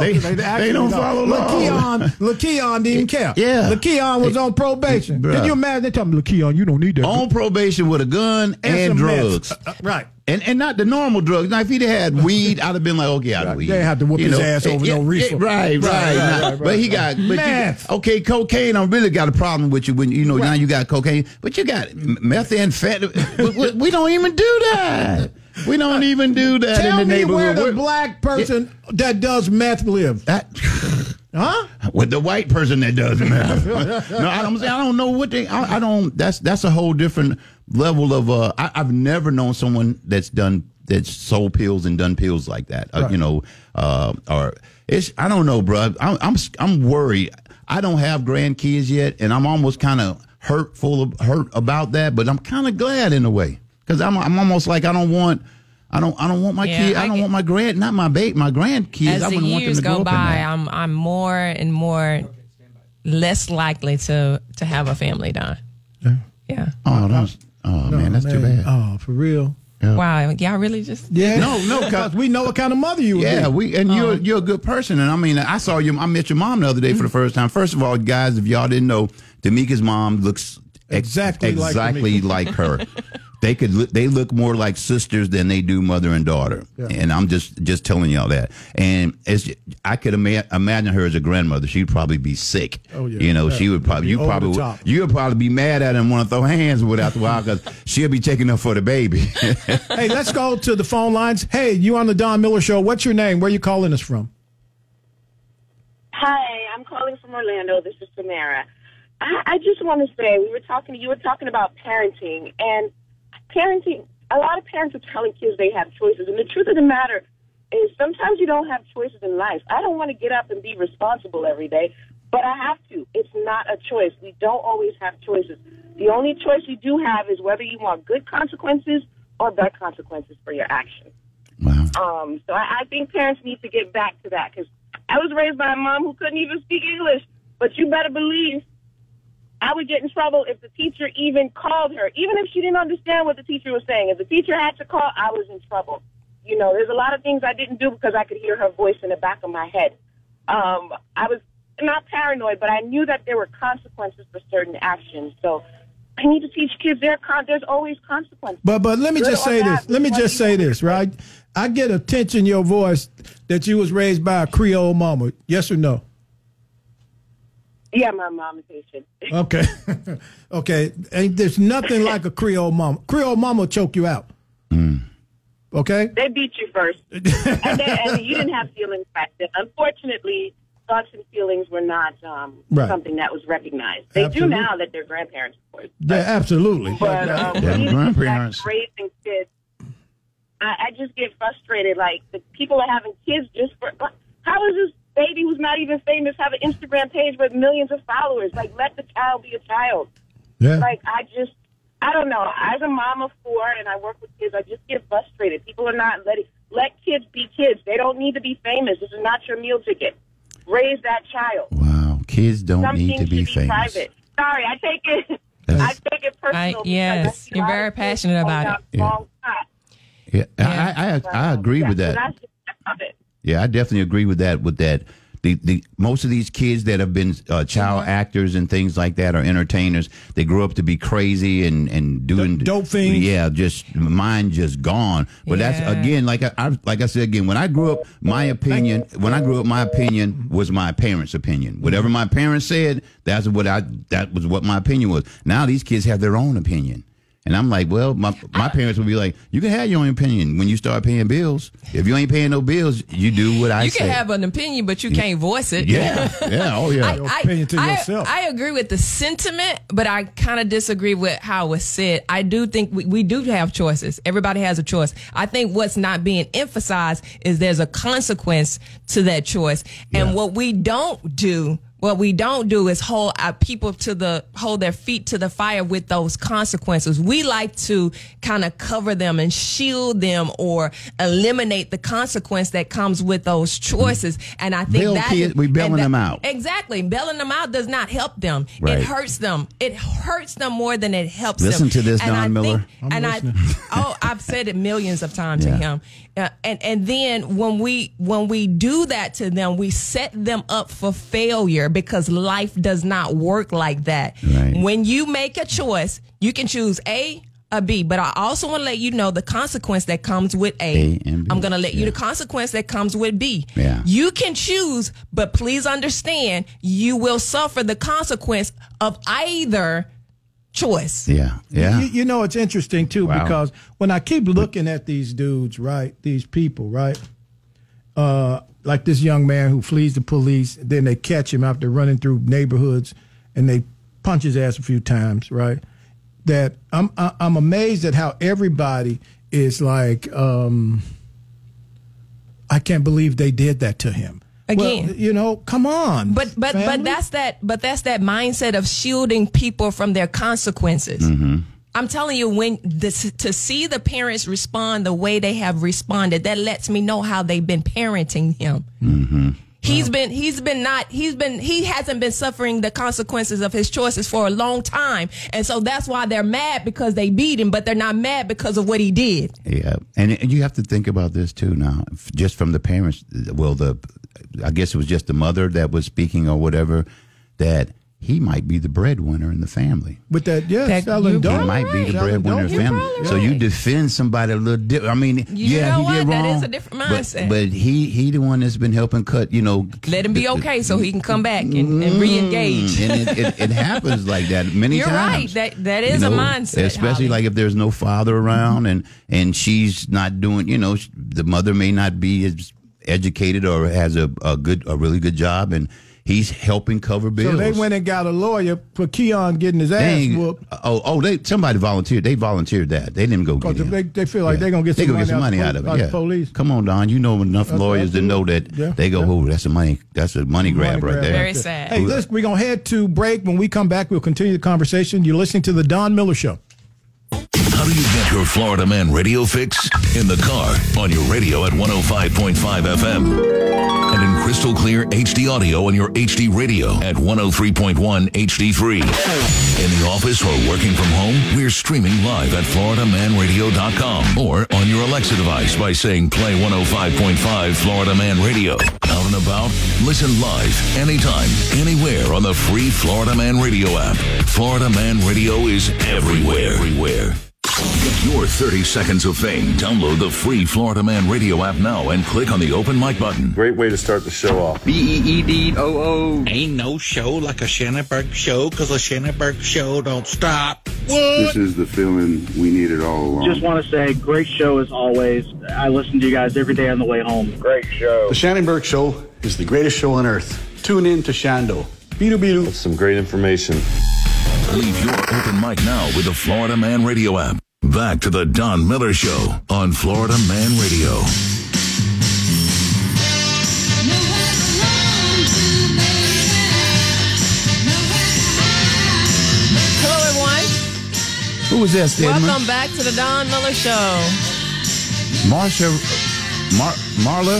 they, they, actually don't follow laws. LaKeon, LaKeon didn't care. Yeah. LaKeon was on probation. Bruh. Oh, Can you imagine? They tell me, LaKeon, you don't need that. On probation with a gun and, And some meth. drugs. Uh, uh, right. And and not the normal drugs. Now, if he'd had weed, I'd have been like, okay, I'd weed. They have to whoop You his know, ass eh, over yeah, no yeah, reefer. right, right, Right, nah. right, right, But he right. got, but you Meth. got- okay, cocaine. I really got a problem with you when you know now you got cocaine, but you got m- meth and fat. we, we- we don't even do that. We don't even do that Tell in the me neighborhood. where the We're- black person that does meth live. huh? with the white person that does meth. no, I don't. I don't know what they. I, I don't. That's that's a whole different level of. Uh, I, I've never known someone that's done that's sold pills and done pills like that. Uh, you know, uh, or it's. I don't know, bro. I'm I'm I'm worried. I don't have grandkids yet, and I'm almost kind of hurtful, hurt about that, but I'm kind of glad in a way because I'm I'm almost like I don't want. I don't. I don't want my Yeah, kid. I I, don't get- want my grand. Not my babe. My grandkids. As I the wouldn't want them years to grow go up in by, that. I'm I'm more and more less likely to to have a family, Don. Yeah. Oh, that's, oh man, that's too bad. Oh, for real. Wow, y'all really just Yeah. No, no, because we know what kind of mother you. would Yeah, be. we and you're you're a good person, and I mean, I saw you. I met your mom the other day for the first time. First of all, guys, if y'all didn't know, D'Amica's mom looks ex- exactly like exactly D'Amica. like, her. They could look, they look more like sisters than they do mother and daughter, Yeah. and I'm just just telling y'all that. And as I could ima- imagine her as a grandmother, she'd probably be sick. Oh, yeah. you know, she Yeah. would probably Be you over the probably would- top. you'd probably be mad at her and want to throw hands without the while because she'll be taking up for the baby. hey, let's go to the phone lines. Hey, you on the Don Miller Show. What's your name? Where you calling us from? Hi, I'm calling from Orlando. This is Samara. I, I just want to say we were talking. You were talking about parenting and parenting. A lot of parents are telling kids they have choices, and the truth of the matter is sometimes you don't have choices in life. I don't want to get up and be responsible every day, but I have to. It's not a choice. We don't always have choices. The only choice you do have is whether you want good consequences or bad consequences for your actions. Mm-hmm. Um, so I, I think parents need to get back to that because I was raised by a mom who couldn't even speak English. But you better believe I would get in trouble if the teacher even called her, even if she didn't understand what the teacher was saying. If the teacher had to call, I was in trouble. You know, there's a lot of things I didn't do because I could hear her voice in the back of my head. Um, I was not paranoid, but I knew that there were consequences for certain actions. So I need to teach kids there. Con- there's always consequences. But but let me Good just or say bad, this. Let me what just say this, right? I get a tinge in your voice that you was raised by a Creole mama. Yes or no? Yeah, my mom is Haitian. Okay. okay. Ain't there's nothing like a Creole mama. Creole mama will choke you out. Mm. Okay? They beat you first, and, then, and you didn't have feelings back then. Unfortunately, thoughts and feelings were not um, Right. something that was recognized. They Absolutely. do now that they're grandparents, of course. Yeah, absolutely. But um, when Yeah. you like, raising kids, I, I just get frustrated. Like the people are having kids just for. How is this baby who's not even famous have an Instagram page with millions of followers? Like, let the child be a child. Yeah. Like I just, I don't know. As a mom of four and I work with kids, I just get frustrated. People are not letting let kids be kids. They don't need to be famous. This is not your meal ticket. Raise that child. Kids don't Some need to things be should be famous. private. Sorry, I take it. I take it personal. yes, you're very passionate about it. Long time. Yeah, I, I, I, I agree with Yeah, so that. that's just- I love it. Yeah, I definitely agree with that. With that, the, the most of these kids that have been uh, child Mm-hmm. actors and things like that are entertainers. They grow up to be crazy and and doing dope things. Yeah, just mind just gone. But Yeah. that's again, like I, I like I said again, when I grew up, my opinion. When I grew up, my opinion was my parents' opinion. Whatever my parents said, that's what I that was what my opinion was. Now these kids have their own opinion. And I'm like, well, my my parents would be like, you can have your own opinion when you start paying bills. If you ain't paying no bills, you do what I you say. can have an opinion, but you can't voice it. Yeah. Yeah. Oh, yeah. Your opinion to I, yourself. I agree with the sentiment, but I kind of disagree with how it was said. I do think we, we do have choices. Everybody has a choice. I think what's not being emphasized is there's a consequence to that choice, and what we don't do. What we don't do is hold our people to the hold their feet to the fire with those consequences. We like to kind of cover them and shield them or eliminate the consequence that comes with those choices. And I think Bail that kids- we and bailing that- them out. Exactly. Bailing them out does not help them. Right. It hurts them. It hurts them more than it helps Listen them. to this, And Don I Miller. think- and I, oh, I've said it millions of times Yeah. to him. Uh, and and then when we when we do that to them, we set them up for failure because life does not work like that. When you make a choice, you can choose A or B. But I also want to let you know the consequence that comes with A. A and B. I'm going to let you Yeah. the consequence that comes with B. Yeah. You can choose, but please understand you will suffer the consequence of either choice. Yeah. Yeah. You, you know, it's interesting too Wow. because when I keep looking at these dudes, right, these people, right, uh, like this young man who flees the police, then they catch him after running through neighborhoods, and they punch his ass a few times, right? That I'm I- I'm amazed at how everybody is like, um, I can't believe they did that to him. Again. Well, you know, come on. But but but family. that's that but that's that mindset of shielding people from their consequences. Mm-hmm. I'm telling you, when this, to see the parents respond the way they have responded, that lets me know how they've been parenting him. Mm-hmm. He's been he's been not he's been he hasn't been suffering the consequences of his choices for a long time. And so that's why they're mad because they beat him, but they're not mad because of what he did. Yeah, and and you have to think about this too now, f- just from the parents. Well, the I guess it was just the mother that was speaking or whatever that he might be the breadwinner in the family. With that, yeah, That selling dope. He might be the Selling breadwinner in the dope. family. So you defend somebody a little different. I mean, You yeah, know he did what? wrong. That is a different but- mindset. But, he he the one that's been helping cut. You know, Let him be okay so he can come back and, and re-engage. Mm-hmm. mm, and it, it, it happens like that many You're times. right. That that You is know, a mindset. especially like if there's no father around and and she's not doing you know sh- the mother may not be as educated or has a, a good a really good job and he's helping cover bills So they went and got a lawyer for Keon getting his ass Dang. whooped oh oh they somebody volunteered they volunteered that they didn't go get because him. they, they feel like they're gonna get they some gonna get some money the out of pol- it. Yeah. the police. Come on, Don. You know enough That's lawyers to know that Yeah, they go, "Oh, that's a money, that's a money grab right there." Hey, listen, we're gonna head to break. When we come back, we'll continue the conversation. You're listening to the Don Miller Show. How do you get your Florida Man radio fix? In the car, on your radio at 105.5 FM, and in crystal clear HD audio on your HD radio at 103.1 HD3. In the office or working from home, we're streaming live at FloridaManRadio.com or on your Alexa device by saying Play 105.5 Florida Man Radio. Out and about, listen live, anytime, anywhere on the free Florida Man Radio app. Florida Man Radio is everywhere. everywhere. Get your 30 seconds of fame. Download the free Florida Man Radio app now and click on the open mic button. Great way to start the show off. B E E D O O. Ain't no show like a Shannonburg show, cause a Shannonburg show don't stop. This is the feeling we needed all along. Just want to say, great show as always. I listen to you guys every day on the way home. Great show. The Shannonburg Show is the greatest show on earth. Tune in to Shando. Beetle Beetle. Some great information. Leave your open mic now with the Florida Man Radio app. Back to the Don Miller Show on Florida Man Radio. Hello, everyone. Who was that? Stedman? Welcome back to the Don Miller Show. Oh, Marsha, Mar, Marla,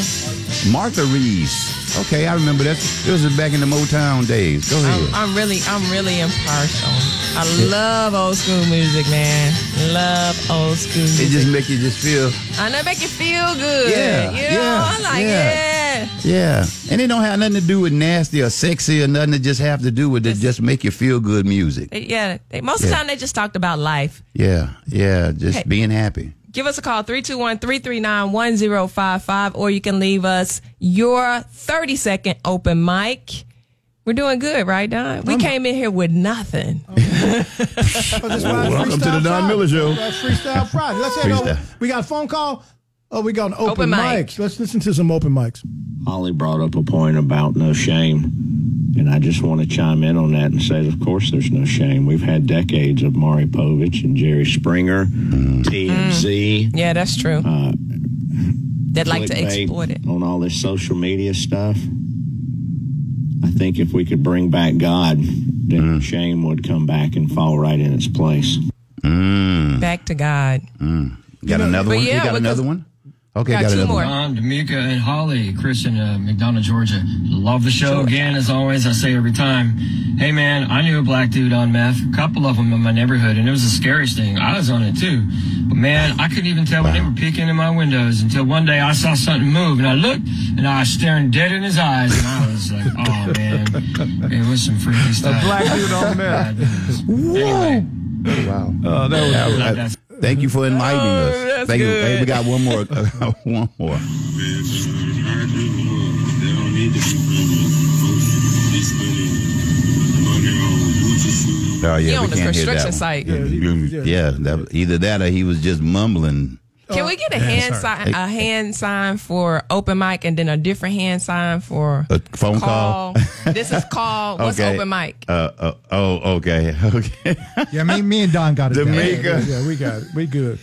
Martha Reeves. Okay, I remember that. It was back in the Motown days. Go ahead. I'm, I'm really, I'm really impartial. I love old school music, man. Love old school it music. just make you just feel, I know it make you feel good. Yeah, you know, yeah, I like yeah. it. yeah. And it don't have nothing to do with nasty or sexy or nothing. It just have to do with it. Just make you feel good music. They- Yeah, they, most of the Yeah. time they just talked about life. Yeah, yeah. Just Hey. being happy. Give us a call, 321 339 1055, or you can leave us your 30 second open mic. We're doing good, right, Don? We came in here with nothing. Welcome to the Don Miller Show. That's Freestyle Friday. Let's head over. We got a phone call. Oh, we got an open, Open mic. mics. Let's listen to some open mics. Holly brought up a point about no shame, and I just want to chime in on that and say, of course, there's no shame. We've had decades of Mari Povich and Jerry Springer, TMZ. Mm. Yeah, that's true. Uh, They'd like to clickbait exploit it. on all this social media stuff. I think if we could bring back God, Mm. then shame would come back and fall right in its place. Mm. Mm. Back to God. Got another But one? yeah, you got because- another one? Okay, got, another one. Tom, D'Amica, and Holly, Chris in uh, McDonough, Georgia. Love the show again, as always. I say every time. Hey, man, I knew a black dude on meth, a couple of them in my neighborhood, and it was the scariest thing. I was on it too. But man, I couldn't even tell when they were peeking in my windows until one day I saw something move, and I looked, and I was staring dead in his eyes, and I was like, oh, man. It was some freaky stuff. black dude on meth. Whoa. Wow. thank you for enlightening us. that's thank you. good. Hey, we got one more. one more. They don't need to be friendly. Folks should be spending money on Gucci shoes. Oh, yeah, He we on the can't hear that construction one. site. Yeah, Yeah, yeah, that- either that or he was just mumbling. Can Oh. we get a yeah, hand sorry. sign, uh, a hand sign for open mic, and then a different hand sign for A phone call. this is call. Oh, What's open mic? Uh, uh, oh, okay, okay. Yeah, me, me and Don got it. down. D'Amica. we got it. We good.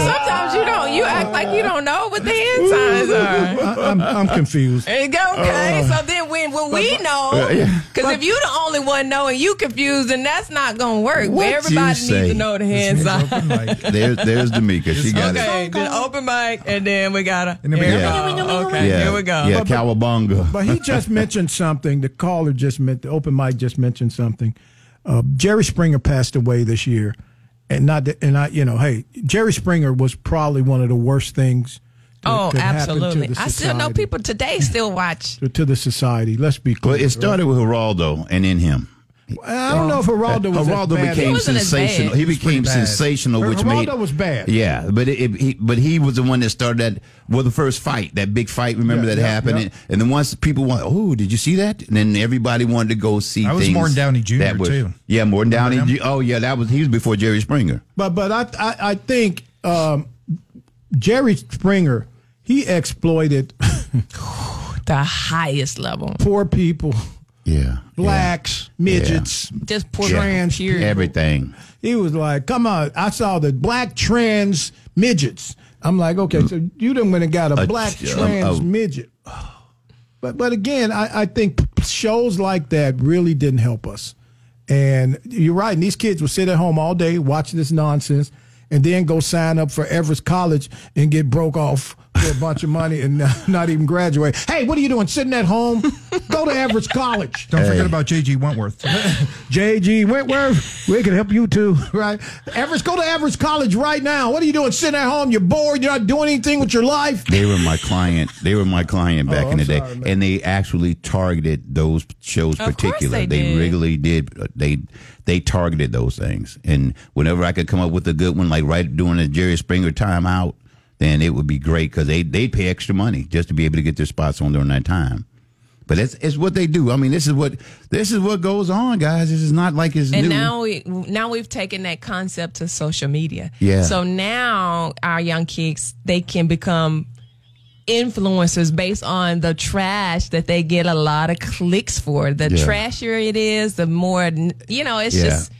Uh, sometimes you don't. You act like you don't know what the end signs are. I, am I'm confused. There you go. Okay. Uh, so then when when we know, Uh, yeah. because if you the only one knowing, you confused, then that's not gonna work. What you Everybody say? needs to know the hand sign. There's there's D'Amica. She got it. okay. Then open mic, and then we gotta. then we here got- we go. Okay. yeah. Here we go. Yeah, cowabunga. But he just mentioned something. The caller just meant the open mic just mentioned something. Uh, Jerry Springer passed away this year, and not that, and I, you know, hey, Jerry Springer was probably one of the worst things. That Oh, could happen absolutely. To the I still know society- people today still watch. to, to the society. Let's be clear. Well, it started with Geraldo and then him. I don't know if Geraldo was as Geraldo bad. He became wasn't as bad. sensational. He He was pretty became bad. sensational, Her- which made Geraldo was bad. Yeah, but it, it- he but he was the one that started that. Well, the first fight, that big fight, remember Yeah, that yeah, happened, yeah. And, and then once people went, oh, did you see that? And then everybody wanted to go see. That was things Morton Downey Jr. that was- too. Yeah, Morton Downey. Ju- oh yeah, that was he was before Jerry Springer. But but I I, I think um, Jerry Springer he exploited the highest level poor people. Yeah, blacks, midgets, Just poor trans, people, period. everything. He was like, "Come on!" I saw the black trans midgets. I'm like, "Okay, so you done went and got a, A- black a- oh. trans a- midget." But but again, I, I think shows like that really didn't help us. And you're right. And these kids will sit at home all day watching this nonsense, and then go sign up for Everest College and get broke off for a bunch of money and not, not even graduate. Hey, what are you doing sitting at home? Go to Everest College. Don't forget about J.G. Wentworth. JG Wentworth, we can help you too, right? Everest, go to Everest College right now. What are you doing sitting at home? You're bored. You're not doing anything with your life. They were my client. They were my client back Oh, in the I'm day, sorry, and they actually targeted those shows Of course particular. they they did. regularly did. uh, They they targeted those things, and whenever I could come up with a good one, like right during the Jerry Springer timeout, then it would be great because they they'd pay extra money just to be able to get their spots on during that time. But it's it's what they do. I mean, this is what this is what goes on, guys. This is not like it's and new. now we now we've taken that concept to social media. Yeah. So now our young kids they can become influencers based on the trash that they get a lot of clicks for. The Yeah. trashier it is, the more you know. It's Yeah. just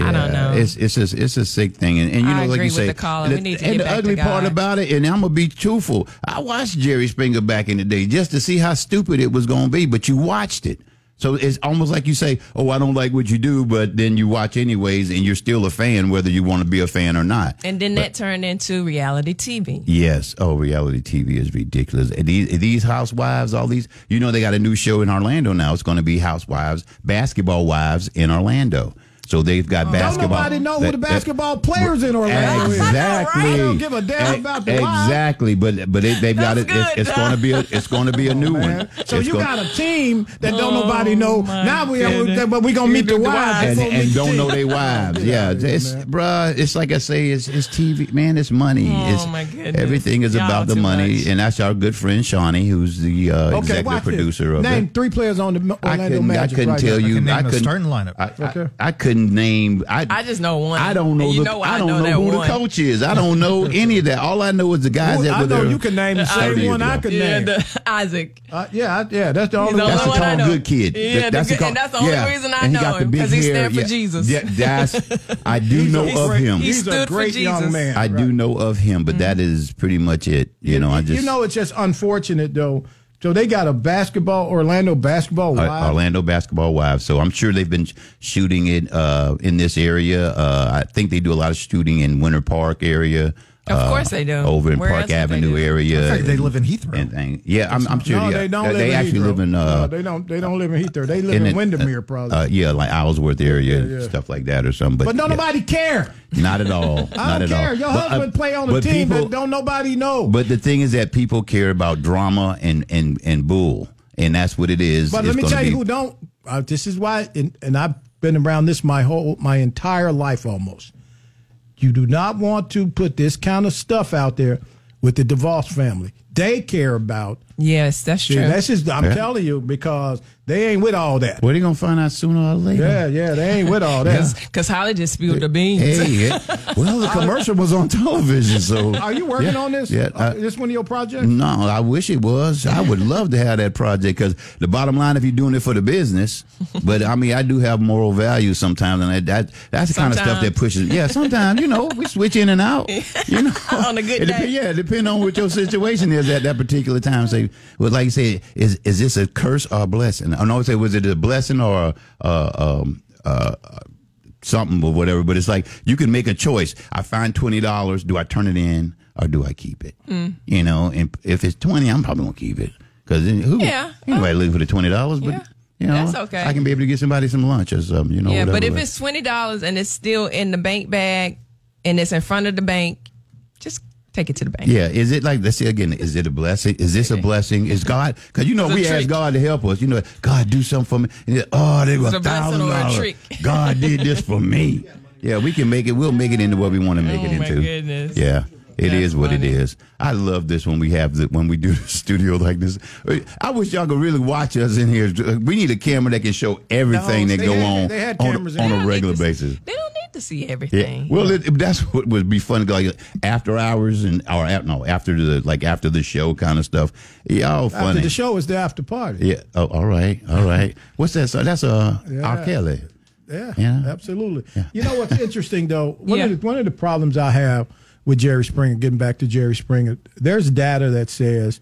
I Yeah, don't know. It's it's just it's a sick thing, and, and you I know, like agree you with say, the caller. and We need to and the get back to ugly part God. about it, and I'm gonna be truthful. I watched Jerry Springer back in the day just to see how stupid it was gonna be, but you watched it. So it's almost like you say, "Oh, I don't like what you do," but then you watch anyways, and you're still a fan, whether you want to be a fan or not. and then that turned into reality TV. Yes. Oh, reality TV is ridiculous. And these, these housewives, all these, you know, they got a new show in Orlando now. It's going to be housewives, basketball wives in Orlando. So they've got basketball. Don't nobody know who that- the that- basketball players in Orlando is. Exactly. They don't give a damn E- about the wives. Exactly, but but it, they've got it. It's, it's going to be a, it's going to be a new one. Oh, So It's you gonna- got a team that don't nobody know. Now we are, but we gonna meet the wives and, before we and meet don't the know team. they wives. Yeah, it's bruh. It's like I say, it's it's TV. Man, it's money. Oh, it's, my goodness. Everything is Y'all about the too money, much. and that's our good friend Shawnee, who's the uh, Okay, executive watch this. producer of Name it. three players on the Orlando I couldn't, I Magic. couldn't right tell now. you. I couldn't I, I- I couldn't name. I, I just know one. I don't know. And you the, know I don't know know, that who one. the coach is. I don't know any of that. All I know is the guys Who- that I were know there you can name the same 30 years one I ago. could Yeah, name. the- Isaac. Uh, yeah, I- yeah, that's the only. one. the only that's one the I tall know. good kid. Yeah, That- the that's good- tall- and that's the only yeah. reason I And he know got the him, big 'cause he hair. stand for Yeah. Jesus. Yeah, that's I do He's a- know he's of great- him. he He's a stood for great young Jesus. man, I do know of him, but that is pretty much it. You know, I just you know, it's just unfortunate though. So they got a basketball Orlando basketball. Uh, wives. Orlando basketball wives. So I'm sure they've been sh- shooting it uh, in this area. Uh, I think they do a lot of shooting in Winter Park area. Of uh, course they do. Over in Where Park else would they Avenue do it? area. I think they live in Heathrow. And, thing. yeah, I'm, I'm sure. no, yeah. they don't. live in actually Heathrow. live in. Uh, no, they don't. They don't live in Heathrow. They live in in, it, Windermere, probably. uh, yeah, like Islesworth area, Yeah, yeah. stuff like that, or something. But, but don't yeah, nobody care. not at all. I not don't at care. all. Your But, uh, husband play on a but team people- that don't nobody know. But the thing is that people care about drama and and and bull, and that's what it is. But It's let me gonna tell be- you who don't. Uh, this is why, and, and I've been around this my whole my entire life almost. You do not want to put this kind of stuff out there with the DeVos family. They care about Yes, that's See, true. That's just I'm Yeah. telling you because they ain't with all that. Well, they gonna find out sooner or later. Yeah, yeah, they ain't with all that. Because Holly just spilled the beans. Hey, yeah. well, the commercial was on television, so Are you working Yeah, on this? Yeah, Uh, I- this one of your projects? no, I wish it was. I would love to have that project because the bottom line, if you're doing it for the business, but I mean, I do have moral value sometimes, and I, that that's the kind of stuff that Sometimes. pushes. Yeah, sometimes you know we switch in and out. You know, On a good It day. yeah, depending on what your situation is at that particular time. Say, well, like you said, is is this a curse or a blessing? I know say, was it a blessing or a, uh, um, uh, something or whatever? But it's like you can make a choice. I find twenty dollars. Do I turn it in or do I keep it? Mm. You know, and if it's twenty, I'm probably gonna keep it because who Yeah. anybody looking for the twenty dollars? But you know, That's okay. I can be able to get somebody some lunch or something. You know, yeah, whatever. but if like- it's twenty dollars and it's still in the bank bag and it's in front of the bank, just take it to the bank. Yeah, is it like let's say again? Is it a blessing? Is this a blessing? Is God? Because you know It's a we trick. ask God to help us. You know, God do something for me. And then, oh, they were It's a blessing thousand or a dollars. trick. God did this for me. Yeah, we can make it. We'll make it into what we want to make it Oh, my into. goodness. Yeah. it is what it is. I love this when we have the when we do the studio like this. I wish y'all could really watch us in here. We need a camera that can show everything No, that they go had- on they had on, cameras in on here. a regular basis. They don't need to see everything. Yeah. Well, it, that's what would be fun, like after hours and or af- no after the like after the show kind of stuff. Y'all funny. After the show is the after party. Yeah. Oh, all right, all right. What's that? song? That's uh, Yeah. R. Kelly. Yeah, Yeah. absolutely. You know what's interesting though? One Yeah. of the, one of the problems I have with Jerry Springer, getting back to Jerry Springer, there's data that says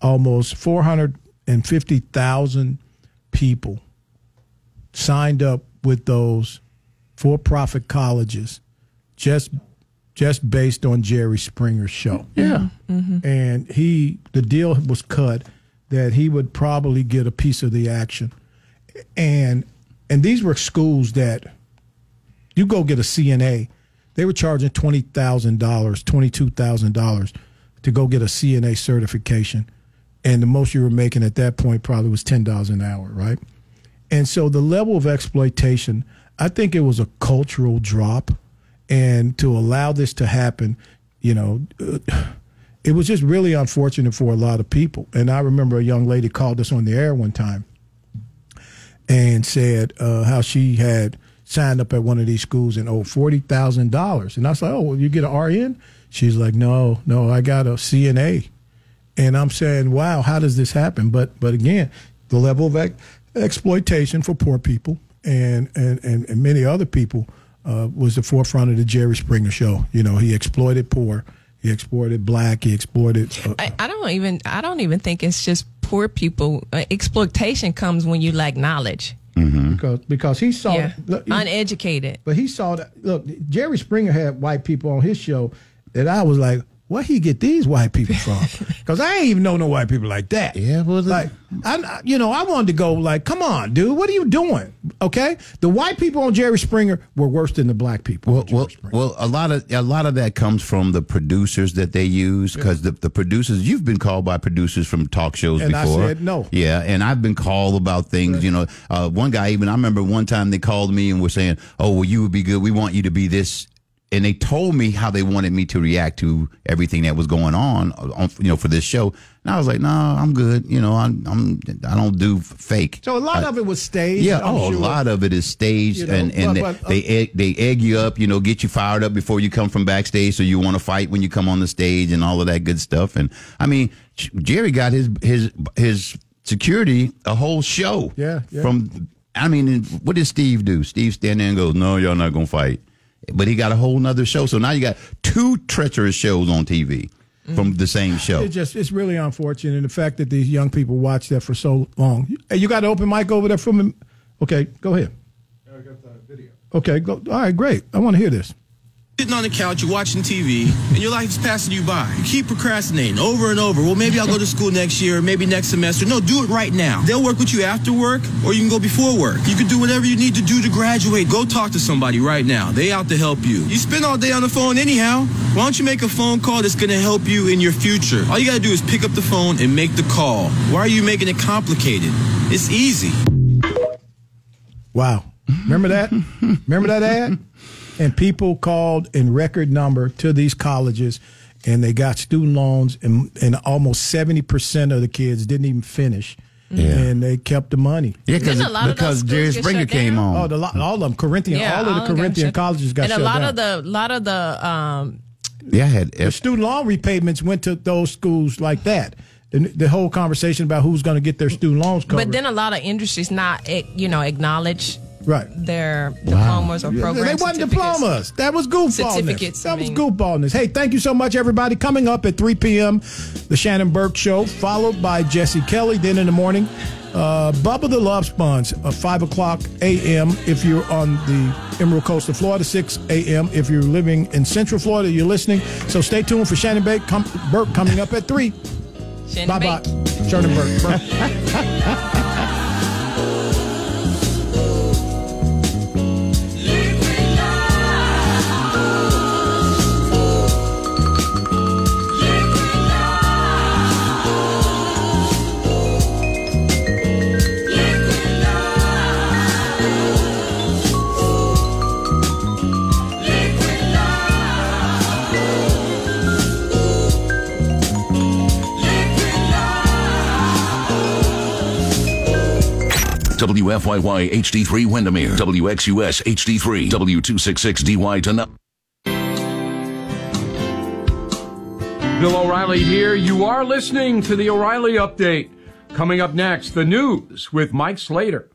almost four hundred and fifty thousand people signed up with those for-profit colleges just just based on Jerry Springer's show. Yeah. Mm-hmm. And he the deal was cut that he would probably get a piece of the action. And and these were schools that you go get a CNA, they were charging twenty thousand dollars, twenty two thousand dollars to go get a CNA certification. And the most you were making at that point probably was ten dollars an hour, right? And so the level of exploitation, I think it was a cultural drop. And to allow this to happen, you know, it was just really unfortunate for a lot of people. And I remember a young lady called us on the air one time and said uh, how she had signed up at one of these schools and owed forty thousand dollars. And I was like, "Oh, well, you get an RN?" She's like, "No, no, I got a CNA." And I'm saying, "Wow, how does this happen?" But but again, the level of ex- exploitation for poor people and and and, and many other people uh, was the forefront of the Jerry Springer show. You know, he exploited poor. He exploited black. He exploited. Uh, I, I don't even I don't even think it's just poor people. Uh, exploitation comes when you lack knowledge. because, because he saw yeah. look, he- Uneducated. But he saw that. Look, Jerry Springer had white people on his show that I was like, where he get these white people from? Because I ain't even know no white people like that. Yeah, well, like I, I- you know, I wanted to go like, come on, dude, what are you doing? Okay, the white people on Jerry Springer were worse than the black people. Well, well, well, a lot of a lot of that comes from the producers that they use because the, the producers you've been called by producers from talk shows And I before. said no. Yeah, and I've been called about things. You know, uh, one guy even I remember one time they called me and were saying, "Oh, well, you would be good. We want you to be this." And they told me how they wanted me to react to everything that was going on, uh, on you know, for this show. And I was like, "No, I'm good. You know, I'm, I'm I don't do f- fake." So a lot I- of it was staged. yeah, I'm oh, sure. a lot of it is staged, You know, and and but- uh, but, they egg, they egg you up, you know, get you fired up before you come from backstage, so you want to fight when you come on the stage and all of that good stuff. And I mean, J- Jerry got his his his security a whole show. Yeah, yeah. From I mean, and what did Steve do? Steve stand there and goes, "No, y'all not gonna fight." But he got a whole nother show, so now you got two treacherous shows on TV from the same show. It just it's really unfortunate, and the fact that these young people watch that for so long. Hey, you got an open mic over there from him? Okay, go ahead. Okay, go. All right, great. I want to hear this. Sitting on the couch, you're watching TV, and your life's passing you by. You keep procrastinating over and over. Well, maybe I'll go to school next year, maybe next semester. No, do it right now. They'll work with you after work, or you can go before work. You can do whatever you need to do to graduate. Go talk to somebody right now. They out to help you. You spend all day on the phone anyhow. Why don't you make a phone call that's gonna help you in your future? All you gotta do is pick up the phone and make the call. Why are you making it complicated? It's easy. Wow. Remember that? Remember that ad? And people called in record number to these colleges and they got student loans, and, and almost seventy percent of the kids didn't even finish. Yeah. And they kept the money. Yeah, 'cause- Didn't a lot of because those schools Jerry get Springer shut came down? on. Oh, the, lo- all of them, Corinthian, Yeah, all of the all got Corinthian shut- colleges got and shut a lot down. of the lot of the um yeah, I had the student loan repayments went to those schools like that. And the whole conversation about who's going to get their student loans covered. but then a lot of industries not eh, you know acknowledge right. their diplomas or Yeah, programs. They wasn't diplomas. That was goofballness. Certificates, I That was mean. goofballness. Hey, thank you so much, everybody. Coming up at 3 p.m., the Shannon Burke Show, followed by Jesse Kelly. Then in the morning, uh, Bubba the Love Sponge, uh, 5 o'clock a.m. if you're on the Emerald Coast of Florida, 6 a.m. if you're living in Central Florida, you're listening. So stay tuned for Shannon Bake, com- Burke coming up at 3. Bye bye. Shannon Burke. Burke. WFYY HD3 Windermere, WXUS HD3, W266DY to Nut. Bill O'Reilly here. You are listening to the O'Reilly Update. Coming up next, the news with Mike Slater.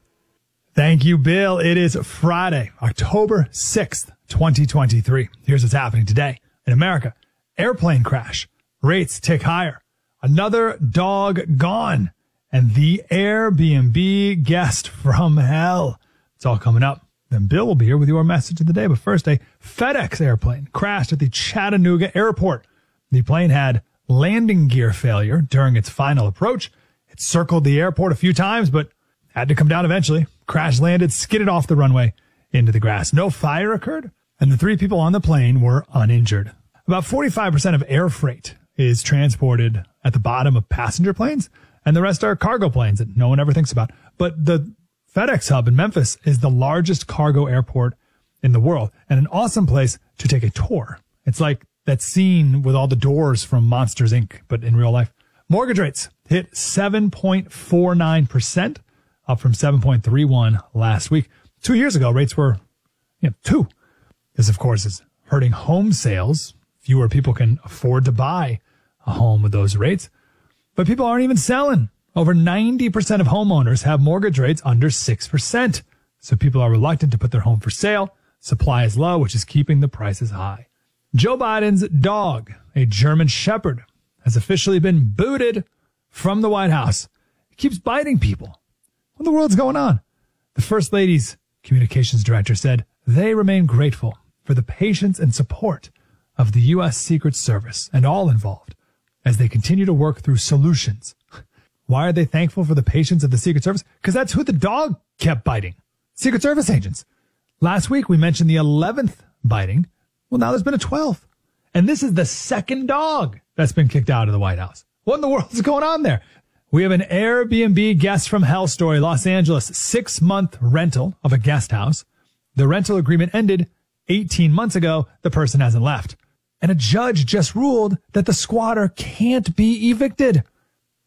Thank you, Bill. It is Friday, October 6th, 2023. Here's what's happening today in America airplane crash, rates tick higher, another dog gone, and the Airbnb guest from hell. It's all coming up. Then Bill will be here with your message of the day. But first, a FedEx airplane crashed at the Chattanooga airport. The plane had landing gear failure during its final approach. It circled the airport a few times, but had to come down eventually. Crash landed, skidded off the runway into the grass. No fire occurred, and the three people on the plane were uninjured. About 45% of air freight is transported at the bottom of passenger planes, and the rest are cargo planes that no one ever thinks about. But the FedEx hub in Memphis is the largest cargo airport in the world and an awesome place to take a tour. It's like that scene with all the doors from Monsters Inc., but in real life. Mortgage rates hit 7.49%, up from 7.31 last week. Two years ago, rates were you know, two. This, of course, is hurting home sales. Fewer people can afford to buy a home with those rates, but people aren't even selling. Over 90% of homeowners have mortgage rates under 6%. So people are reluctant to put their home for sale. Supply is low, which is keeping the prices high. Joe Biden's dog, a German Shepherd, has officially been booted from the White House. He keeps biting people. What in the world's going on? The First Lady's communications director said they remain grateful for the patience and support of the U.S. Secret Service and all involved as they continue to work through solutions. Why are they thankful for the patience of the Secret Service? Because that's who the dog kept biting. Secret Service agents. Last week we mentioned the 11th biting. Well, now there's been a 12th. And this is the second dog that's been kicked out of the White House. What in the world is going on there? We have an Airbnb guest from hell story, Los Angeles, six month rental of a guest house. The rental agreement ended 18 months ago. The person hasn't left. And a judge just ruled that the squatter can't be evicted.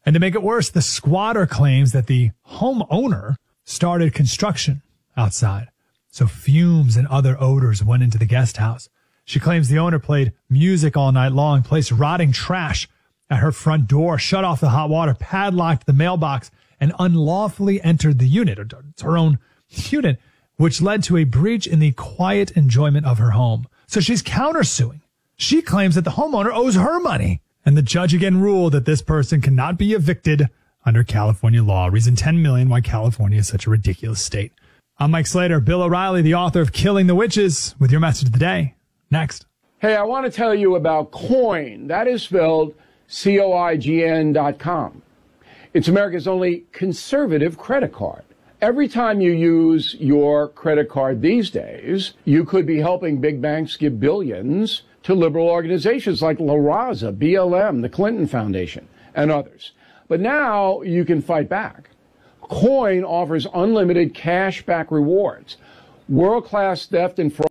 And to make it worse, the squatter claims that the homeowner started construction outside. So fumes and other odors went into the guest house. She claims the owner played music all night long, placed rotting trash at her front door, shut off the hot water, padlocked the mailbox, and unlawfully entered the unit, or it's her own unit, which led to a breach in the quiet enjoyment of her home. So she's countersuing. She claims that the homeowner owes her money. And the judge again ruled that this person cannot be evicted under California law. Reason 10 million why California is such a ridiculous state. I'm Mike Slater, Bill O'Reilly, the author of Killing the Witches, with your message of the day. Next. Hey, I want to tell you about Coin. That is spelled C O I G N dot com. It's America's only conservative credit card. Every time you use your credit card these days, you could be helping big banks give billions to liberal organizations like La Raza, BLM, the Clinton Foundation, and others. But now you can fight back. Coin offers unlimited cash back rewards, world class theft and fraud.